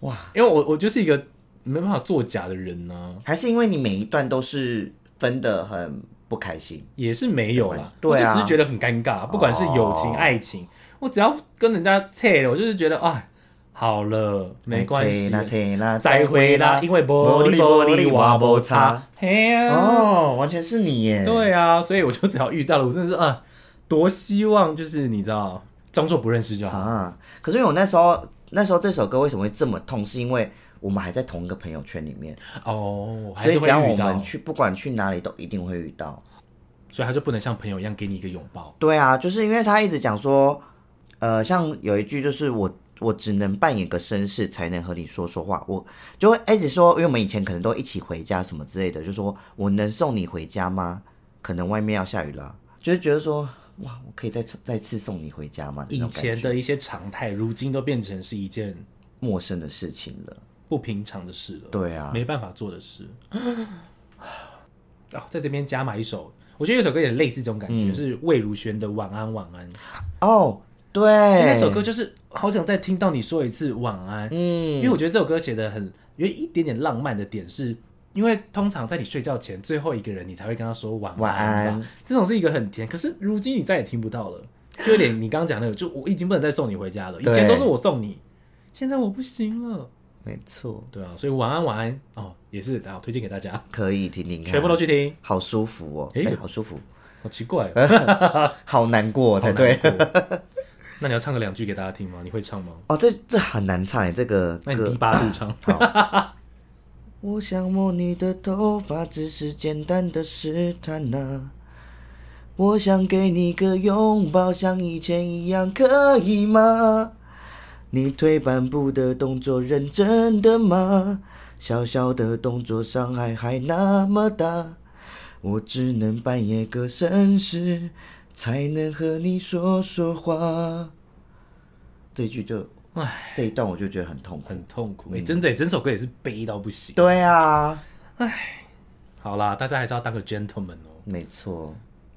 Speaker 2: 哇，
Speaker 1: 因为我我就是一个没办法作假的人啊呢、
Speaker 2: 还是因为你每一段都是分的很不开心，
Speaker 1: 也是没有啦，
Speaker 2: 对啊
Speaker 1: 我就只是觉得很尴尬，不管是友情、
Speaker 2: 哦
Speaker 1: 爱情，我只要跟人家切了，我就是觉得哎，好了，没关系，
Speaker 2: 哎啦，切啦，
Speaker 1: 再会啦，因为玻璃玻璃瓦不擦。，嘿呀、
Speaker 2: 哦，完全是你耶！，
Speaker 1: 对啊，所以我就只要遇到了，我真的是啊，多希望就是你知道，装作不认识就好。
Speaker 2: 啊，可是因为我那时候，那时候这首歌为什么会这么痛，是因为我们还在同一个朋友圈里面，
Speaker 1: 哦，还
Speaker 2: 所以
Speaker 1: 是
Speaker 2: 只
Speaker 1: 会
Speaker 2: 要我
Speaker 1: 遇到
Speaker 2: 们，去，不管去哪里都一定会遇到。
Speaker 1: 所以他就不能像朋友一样给你一个拥抱。
Speaker 2: 对啊，就是因为他一直讲说，呃，像有一句就是我我只能扮演个绅士才能和你说说话，我就会一直说，因为我们以前可能都一起回家什么之类的，就说我能送你回家吗？可能外面要下雨了，就是觉得说哇，我可以再再次送你回家吗？那
Speaker 1: 以
Speaker 2: 种感
Speaker 1: 前的一些常态，如今都变成是一件
Speaker 2: 陌生的事情了，
Speaker 1: 不平常的事了。
Speaker 2: 对啊，
Speaker 1: 没办法做的事。啊，在这边加码一首，我觉得有一首歌也类似这种感觉，
Speaker 2: 嗯
Speaker 1: 是魏如萱的《晚安晚安》。哎
Speaker 2: 哦，对，
Speaker 1: 那首歌就是好想再听到你说一次晚安，因
Speaker 2: 嗯
Speaker 1: 为我觉得这首歌写的很有一点点浪漫的点是。因为通常在你睡觉前最后一个人，你才会跟他说晚安吧。
Speaker 2: 晚安
Speaker 1: 这种是一个很甜，可是如今你再也听不 到了，就有点你刚刚讲那个，就我已经不能再送你回家了。以前
Speaker 2: 对
Speaker 1: 都是我送你，现在我不行了。
Speaker 2: 没错，
Speaker 1: 对啊，所以晚安晚安哦，也是啊，推荐给大家，
Speaker 2: 可以听听看，
Speaker 1: 全部都去听。
Speaker 2: 好舒服哦，哎、
Speaker 1: 诶
Speaker 2: 好舒服，
Speaker 1: 好奇怪、哦，
Speaker 2: 好难过哦才哎对。
Speaker 1: 好难过。 那你要唱个两句给大家听吗？你会唱吗？
Speaker 2: 哦，这这很难唱哎，这个
Speaker 1: 那你
Speaker 2: 歌
Speaker 1: 低八度唱。
Speaker 2: 我想摸你的头发，只是简单的试探呐、我想给你个拥抱，像以前一样，可以吗？你退半步的动作，认真的吗？小小的动作，伤害还那么大。我只能扮演个绅士，才能和你说说话。这一句就，这一段我就觉得很痛苦。
Speaker 1: 很痛苦。哎、真的、整首歌也是悲到不行。
Speaker 2: 对啊，
Speaker 1: 好啦，大家还是要当个 gentleman 哦，
Speaker 2: 没错，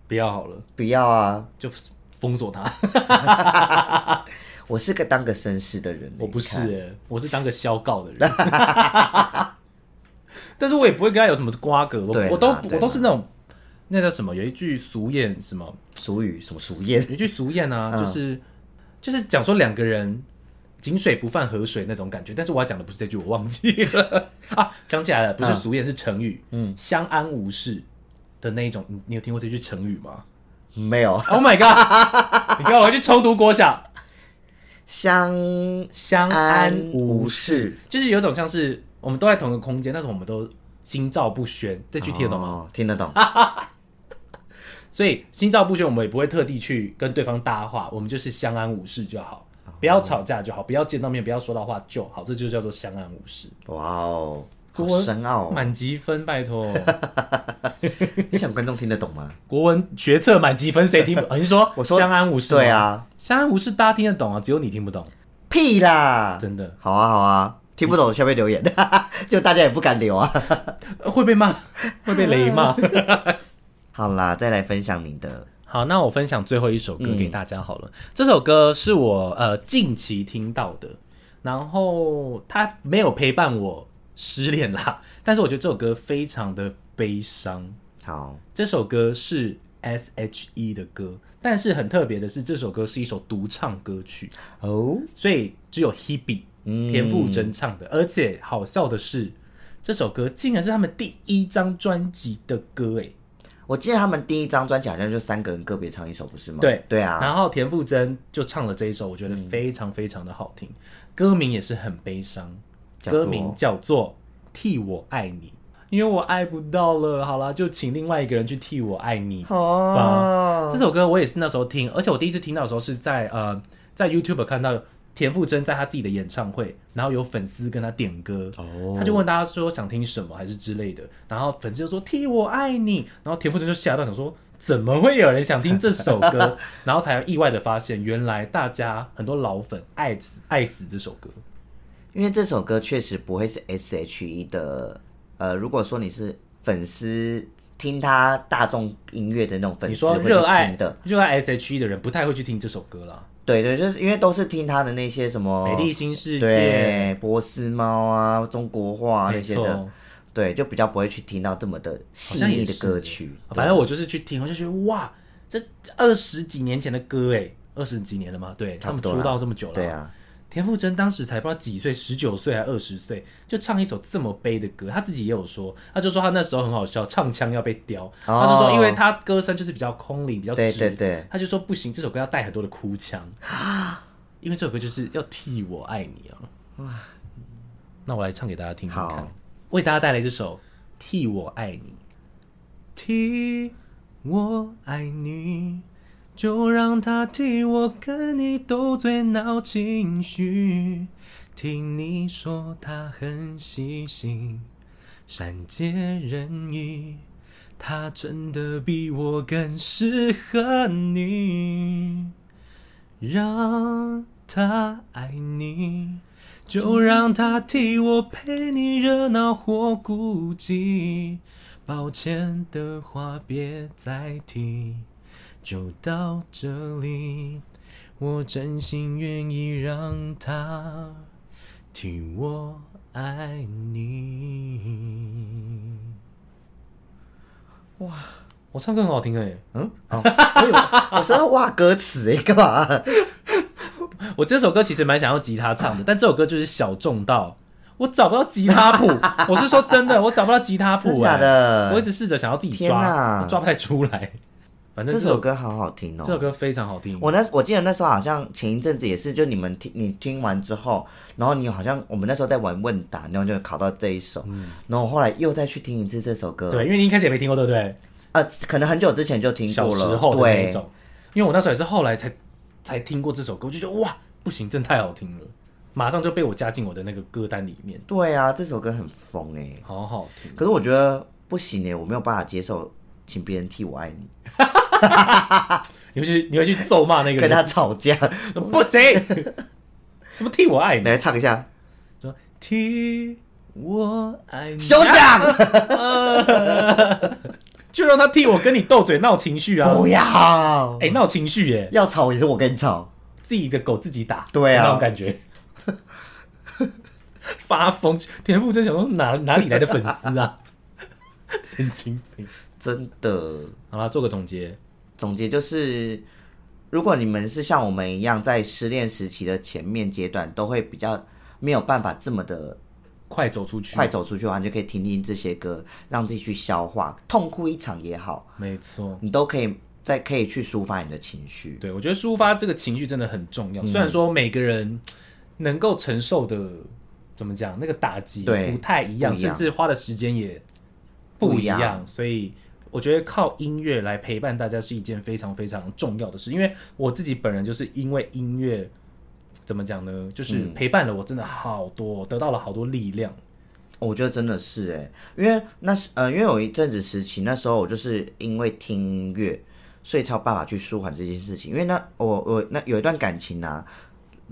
Speaker 1: 不要好了，
Speaker 2: 不要啊！
Speaker 1: 就封锁他。
Speaker 2: 我是个当个绅士的人，
Speaker 1: 我不
Speaker 2: 你看
Speaker 1: 是、欸，我是当个消告的 人。但是我也不会跟他有什么瓜葛，我
Speaker 2: 对啦
Speaker 1: 我都
Speaker 2: 对啦
Speaker 1: 我都是那种那叫什么？有一句俗谚什么？
Speaker 2: 俗语什么俗谚，
Speaker 1: 有一句俗谚啊，就是就是讲说两个人井水不犯河水那种感觉。但是我要讲的不是这句，我忘记了 啊，想起来了，不是俗谚，是成语，嗯，相安无事的那一种。你你有听过这句成语吗
Speaker 2: 没有
Speaker 1: ？Oh my god！你看我要去重读国小，
Speaker 2: 相
Speaker 1: 相
Speaker 2: 安
Speaker 1: 安无
Speaker 2: 无事，
Speaker 1: 就是有一种像是我们都在同一个空间，但是我们都心照不宣，这句听得懂吗？啊
Speaker 2: 哦？听得懂，
Speaker 1: 所以心照不宣，我们也不会特地去跟对方搭话，我们就是相安无事就好，不要吵架就好，不要见到面，不要说到话就好，这就叫做相安无事。
Speaker 2: 哇哦，好
Speaker 1: 国文
Speaker 2: 深奥哦！
Speaker 1: 满积分，拜 托，
Speaker 2: 你想观众听得懂吗？
Speaker 1: 国文学测满积分谁听不？ 哦、你是说
Speaker 2: 我说
Speaker 1: 相安无事？
Speaker 2: 对，啊，
Speaker 1: 相安无事大家听得懂啊，只有你听不懂，
Speaker 2: 屁啦！
Speaker 1: 真的
Speaker 2: 好啊，好啊，听不懂下面留言， 就大家也不敢留啊。
Speaker 1: 呃会被 骂，会被雷骂。
Speaker 2: 好啦，再来分享你的，
Speaker 1: 好，那我分享最后一首歌给大家好了。这首歌是我呃近期听到的，然后它没有陪伴我失恋啦， 但是我觉得这首歌非常的悲伤。
Speaker 2: 好，
Speaker 1: 这首歌是 S.H.E 的歌，但是很特别的是，这首歌是一首独唱歌曲，
Speaker 2: 哦，
Speaker 1: 所以只有 Hebe 田馥甄唱的。而且好笑的是，这首歌竟然是他们第一张专辑的歌诶。
Speaker 2: 我记得他们第一张专辑好像就三个人个别唱一首，不是吗？
Speaker 1: 对
Speaker 2: 对啊，嗯
Speaker 1: 然后田馥甄就唱了这一首，我觉得非常非常的好听，歌名也是很悲伤，
Speaker 2: 叫做
Speaker 1: 歌名叫做《替我爱你》，因为我爱不到了，好啦，就请另外一个人去替我爱你吧。
Speaker 2: 哦，
Speaker 1: 这首歌我也是那时候听，而且我第一次听到的时候是在呃在 YouTube 看到田馥甄在她自己的演唱会，然后有粉丝跟她点歌，
Speaker 2: 哦
Speaker 1: 他就问大家说想听什么还是之类的，然后粉丝就说替我爱你，然后田馥甄就吓到想说怎么会有人想听这首 歌，然后才意外的发现原来大家很多老粉爱死爱死这首歌，
Speaker 2: 因为这首歌确实不会是 S.H.E 的，呃，如果说你是粉丝听他大众音乐的那种粉
Speaker 1: 你
Speaker 2: 丝
Speaker 1: 说
Speaker 2: 会去
Speaker 1: 热爱
Speaker 2: 听的，
Speaker 1: 热爱 S.H.E 的人不太会去听这首歌啦，
Speaker 2: 对对，就是因为都是听他的那些什么
Speaker 1: 美丽新世界》
Speaker 2: 哦对波斯猫啊、中国话、啊、那
Speaker 1: 没
Speaker 2: 些
Speaker 1: 错。
Speaker 2: 的，对，就比较不会去听到这么的细腻的歌曲。
Speaker 1: 哦反正我就是去听，我就觉得哇，这二十几年前的歌哎，二十几年了吗？对他
Speaker 2: 差不
Speaker 1: 们
Speaker 2: 多啦
Speaker 1: 出道这么久了。
Speaker 2: 对，啊，
Speaker 1: 田馥甄当时才不知道几岁，十九岁还二十岁，就唱一首这么悲的歌，他自己也有说，他就说他那时候很好笑，唱腔要被雕，他就说因为他歌声就是比较空灵，比较
Speaker 2: 对
Speaker 1: 直，
Speaker 2: 哦对对，
Speaker 1: 他就说不行，这首歌要带很多的哭腔，因为这首歌就是要替我爱你啊。那我来唱给大家听听看
Speaker 2: 好，
Speaker 1: 为大家带来这首《替我爱你》，替我爱你，就让他替我跟你斗嘴闹情绪。听你说他很细心，善解人意，他真的比我更适合你。让他爱你，就让他替我陪你热闹或孤寂。抱歉的话别再提，就到这里。我真心愿意让他替我爱你。哇，我唱歌很好听哎、
Speaker 2: 嗯，哦，我以为我是要哇歌词哎，干 嘛？
Speaker 1: 我这首歌其实蛮想要吉他唱的，但这首歌就是小众到我找不到吉他谱。我是说真的，我找不到吉他
Speaker 2: 真
Speaker 1: 谱、
Speaker 2: 的假
Speaker 1: 哎，
Speaker 2: 的？
Speaker 1: 我一直试着想要自己
Speaker 2: 天哪
Speaker 1: 抓，我抓不太出来。反正
Speaker 2: 这
Speaker 1: 这首
Speaker 2: 首歌好好听哦。
Speaker 1: 这首歌非常好听。
Speaker 2: 我那我记得那时候好像前一阵子也是，就你们听你听完之后，然后你好像我们那时候在玩问答，然后就考到这一首，然后我后来又再去听一次这首歌，
Speaker 1: 嗯对，因为你一开始也没听过，对不对？
Speaker 2: 呃，可能很久之前就听过
Speaker 1: 小
Speaker 2: 了，
Speaker 1: 时候的那
Speaker 2: 对
Speaker 1: 一，种。因为我那时候也是后来才才听过这首歌，我就觉得哇，不行，真的太好听了，马上就被我加进我的那个歌单里面，
Speaker 2: 对啊，这首歌很疯哎、
Speaker 1: 好好听。
Speaker 2: 可是我觉得不行哎、我没有办法接受，请别人替我爱你，
Speaker 1: 你会去你会去咒骂那个
Speaker 2: 跟
Speaker 1: 人
Speaker 2: 他吵架，
Speaker 1: 不行，什么替我爱你？
Speaker 2: 来唱一下，
Speaker 1: 说替我爱你，啊
Speaker 2: 休想！
Speaker 1: 就让他替我跟你斗嘴闹情绪啊！
Speaker 2: 不要，
Speaker 1: 哎、闹情绪耶、
Speaker 2: 要吵也是我跟你吵。
Speaker 1: 自己的狗自己打，
Speaker 2: 对啊
Speaker 1: 那种感觉。 发疯，田馥甄想说哪哪里来的粉丝 啊？神经病！
Speaker 2: 真的，
Speaker 1: 好啦，做个总结，
Speaker 2: 总结就是，如果你们是像我们一样，在失恋时期的前面阶段，都会比较没有办法这么的
Speaker 1: 快走出去，
Speaker 2: 快走出去的话，你就可以听听这些歌，让自己去消化，痛哭一场也好，
Speaker 1: 没错。
Speaker 2: 你都可以再可以去抒发你的情绪。
Speaker 1: 对，我觉得抒发这个情绪真的很重
Speaker 2: 嗯
Speaker 1: 要。虽然说每个人能够承受的，怎么讲，那个打击
Speaker 2: 对
Speaker 1: 不太一样，
Speaker 2: 不一
Speaker 1: 甚
Speaker 2: 样
Speaker 1: 至花的时间也不
Speaker 2: 不
Speaker 1: 一
Speaker 2: 一样
Speaker 1: 样，所以。我觉得靠音乐来陪伴大家是一件非常非常重要的事，因为我自己本人就是因为音乐，怎么讲呢？就是
Speaker 2: 嗯
Speaker 1: 陪伴了我真的好多，得到了好多力量。
Speaker 2: 我觉得真的是哎、因为那时呃，因为有一阵子时期，那时候我就是因为听音乐，所以才有办法去舒缓这件事情。因为那我我那有一段感情啊，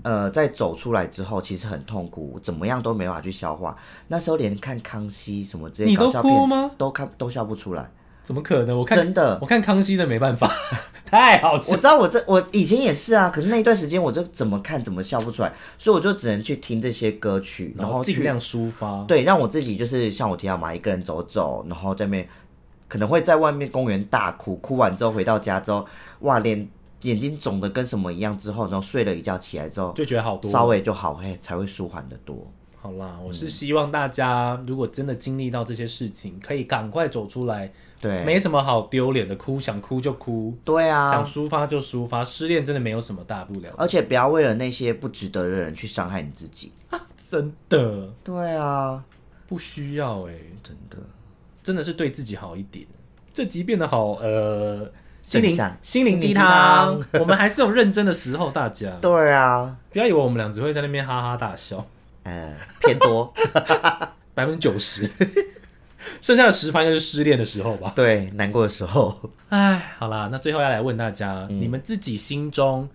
Speaker 2: 呃，在走出来之后，其实很痛苦，怎么样都没办法去消化。那时候连看康熙什么这些
Speaker 1: 你都
Speaker 2: 搞笑片
Speaker 1: 哭吗？
Speaker 2: 都看都笑不出来，
Speaker 1: 怎么可能？我看
Speaker 2: 真的。
Speaker 1: 我看康熙的没办法， 太好笑
Speaker 2: 我知道我这我以前也是啊，可是那一段时间我就怎么看怎么笑不出来，所以我就只能去听这些歌曲，
Speaker 1: 了，然
Speaker 2: 后
Speaker 1: 后尽
Speaker 2: 去
Speaker 1: 量抒发。
Speaker 2: 对，让我自己就是像我提到嘛，一个人走走，然后在那边可能会在外面公园大哭，哭完之后回到家之后，哇，脸眼睛肿的跟什么一样，之后然后睡了一觉起来之后，
Speaker 1: 就觉得好多了，
Speaker 2: 稍微就好，嘿，才会舒缓的多。
Speaker 1: 好啦，我是希望大家如果真的经历到这些事情，可以赶快走出来，
Speaker 2: 对，
Speaker 1: 没什么好丢脸的，哭想哭就哭，
Speaker 2: 对
Speaker 1: 想
Speaker 2: 啊，
Speaker 1: 抒发就抒发，失恋真的没有什么大不了，
Speaker 2: 而且不要为了那些不值得的人去伤害你自己。
Speaker 1: 真的
Speaker 2: 对啊，
Speaker 1: 不需要哎、
Speaker 2: 真的，
Speaker 1: 真的是对自己好一点。这集变得好呃，心
Speaker 2: 正
Speaker 1: 灵
Speaker 2: 向
Speaker 1: 心灵鸡汤，我们还是有认真的时候，大家
Speaker 2: 对啊，
Speaker 1: 不要以为我们俩只会在那边哈哈大笑，
Speaker 2: 嗯，偏多，
Speaker 1: 百分之九十， 剩下的十趴应该是失恋的时候吧。
Speaker 2: 对，难过的时候，
Speaker 1: 唉，好啦，那最后要来问大家，
Speaker 2: 嗯
Speaker 1: 你们自己心中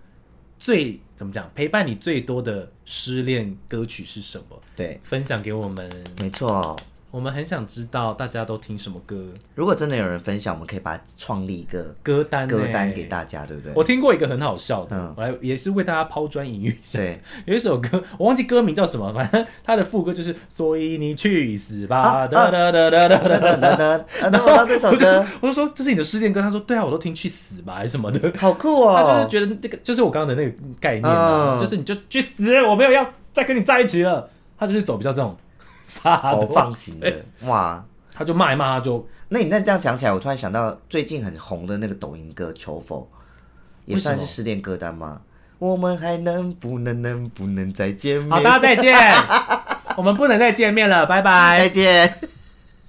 Speaker 1: 最怎么讲陪伴你最多的失恋歌曲是什么？
Speaker 2: 对，
Speaker 1: 分享给我们，
Speaker 2: 没错。哦
Speaker 1: 我们很想知道大家都听什么歌
Speaker 2: 如果真的有人分享，我们可以把它创立一个
Speaker 1: 歌单、欸
Speaker 2: 歌单给。大家，对不对？
Speaker 1: 我听过一个很好笑的，
Speaker 2: 嗯
Speaker 1: 我来也是为大家抛砖引玉一下。
Speaker 2: 对，
Speaker 1: 有一首歌，我忘记歌名叫什么，反正它的副歌就是“所以你去死吧”，
Speaker 2: 啊
Speaker 1: 哒哒哒哒哒哒
Speaker 2: 等等等，等等，我到这首歌，
Speaker 1: 我就说这是你的失恋歌，他说对啊，我都听“去死吧”还是什么的，
Speaker 2: 好酷哦！
Speaker 1: 他就是觉得这个就是我刚刚的那个概念啊，
Speaker 2: 嗯
Speaker 1: 就是你就去死，我没有要再跟你在一起了。他就是走比较这种撒
Speaker 2: 好
Speaker 1: 的，
Speaker 2: 放型的哇。
Speaker 1: 他就骂一骂，他就
Speaker 2: 那你那这样讲起来，我突然想到最近很红的那个抖音歌《求否》，也算是
Speaker 1: 为什么
Speaker 2: 失恋歌单吗？我们还能不能能不能再见面？
Speaker 1: 好，大家再见，我们不能再见面了，拜拜
Speaker 2: 再。见。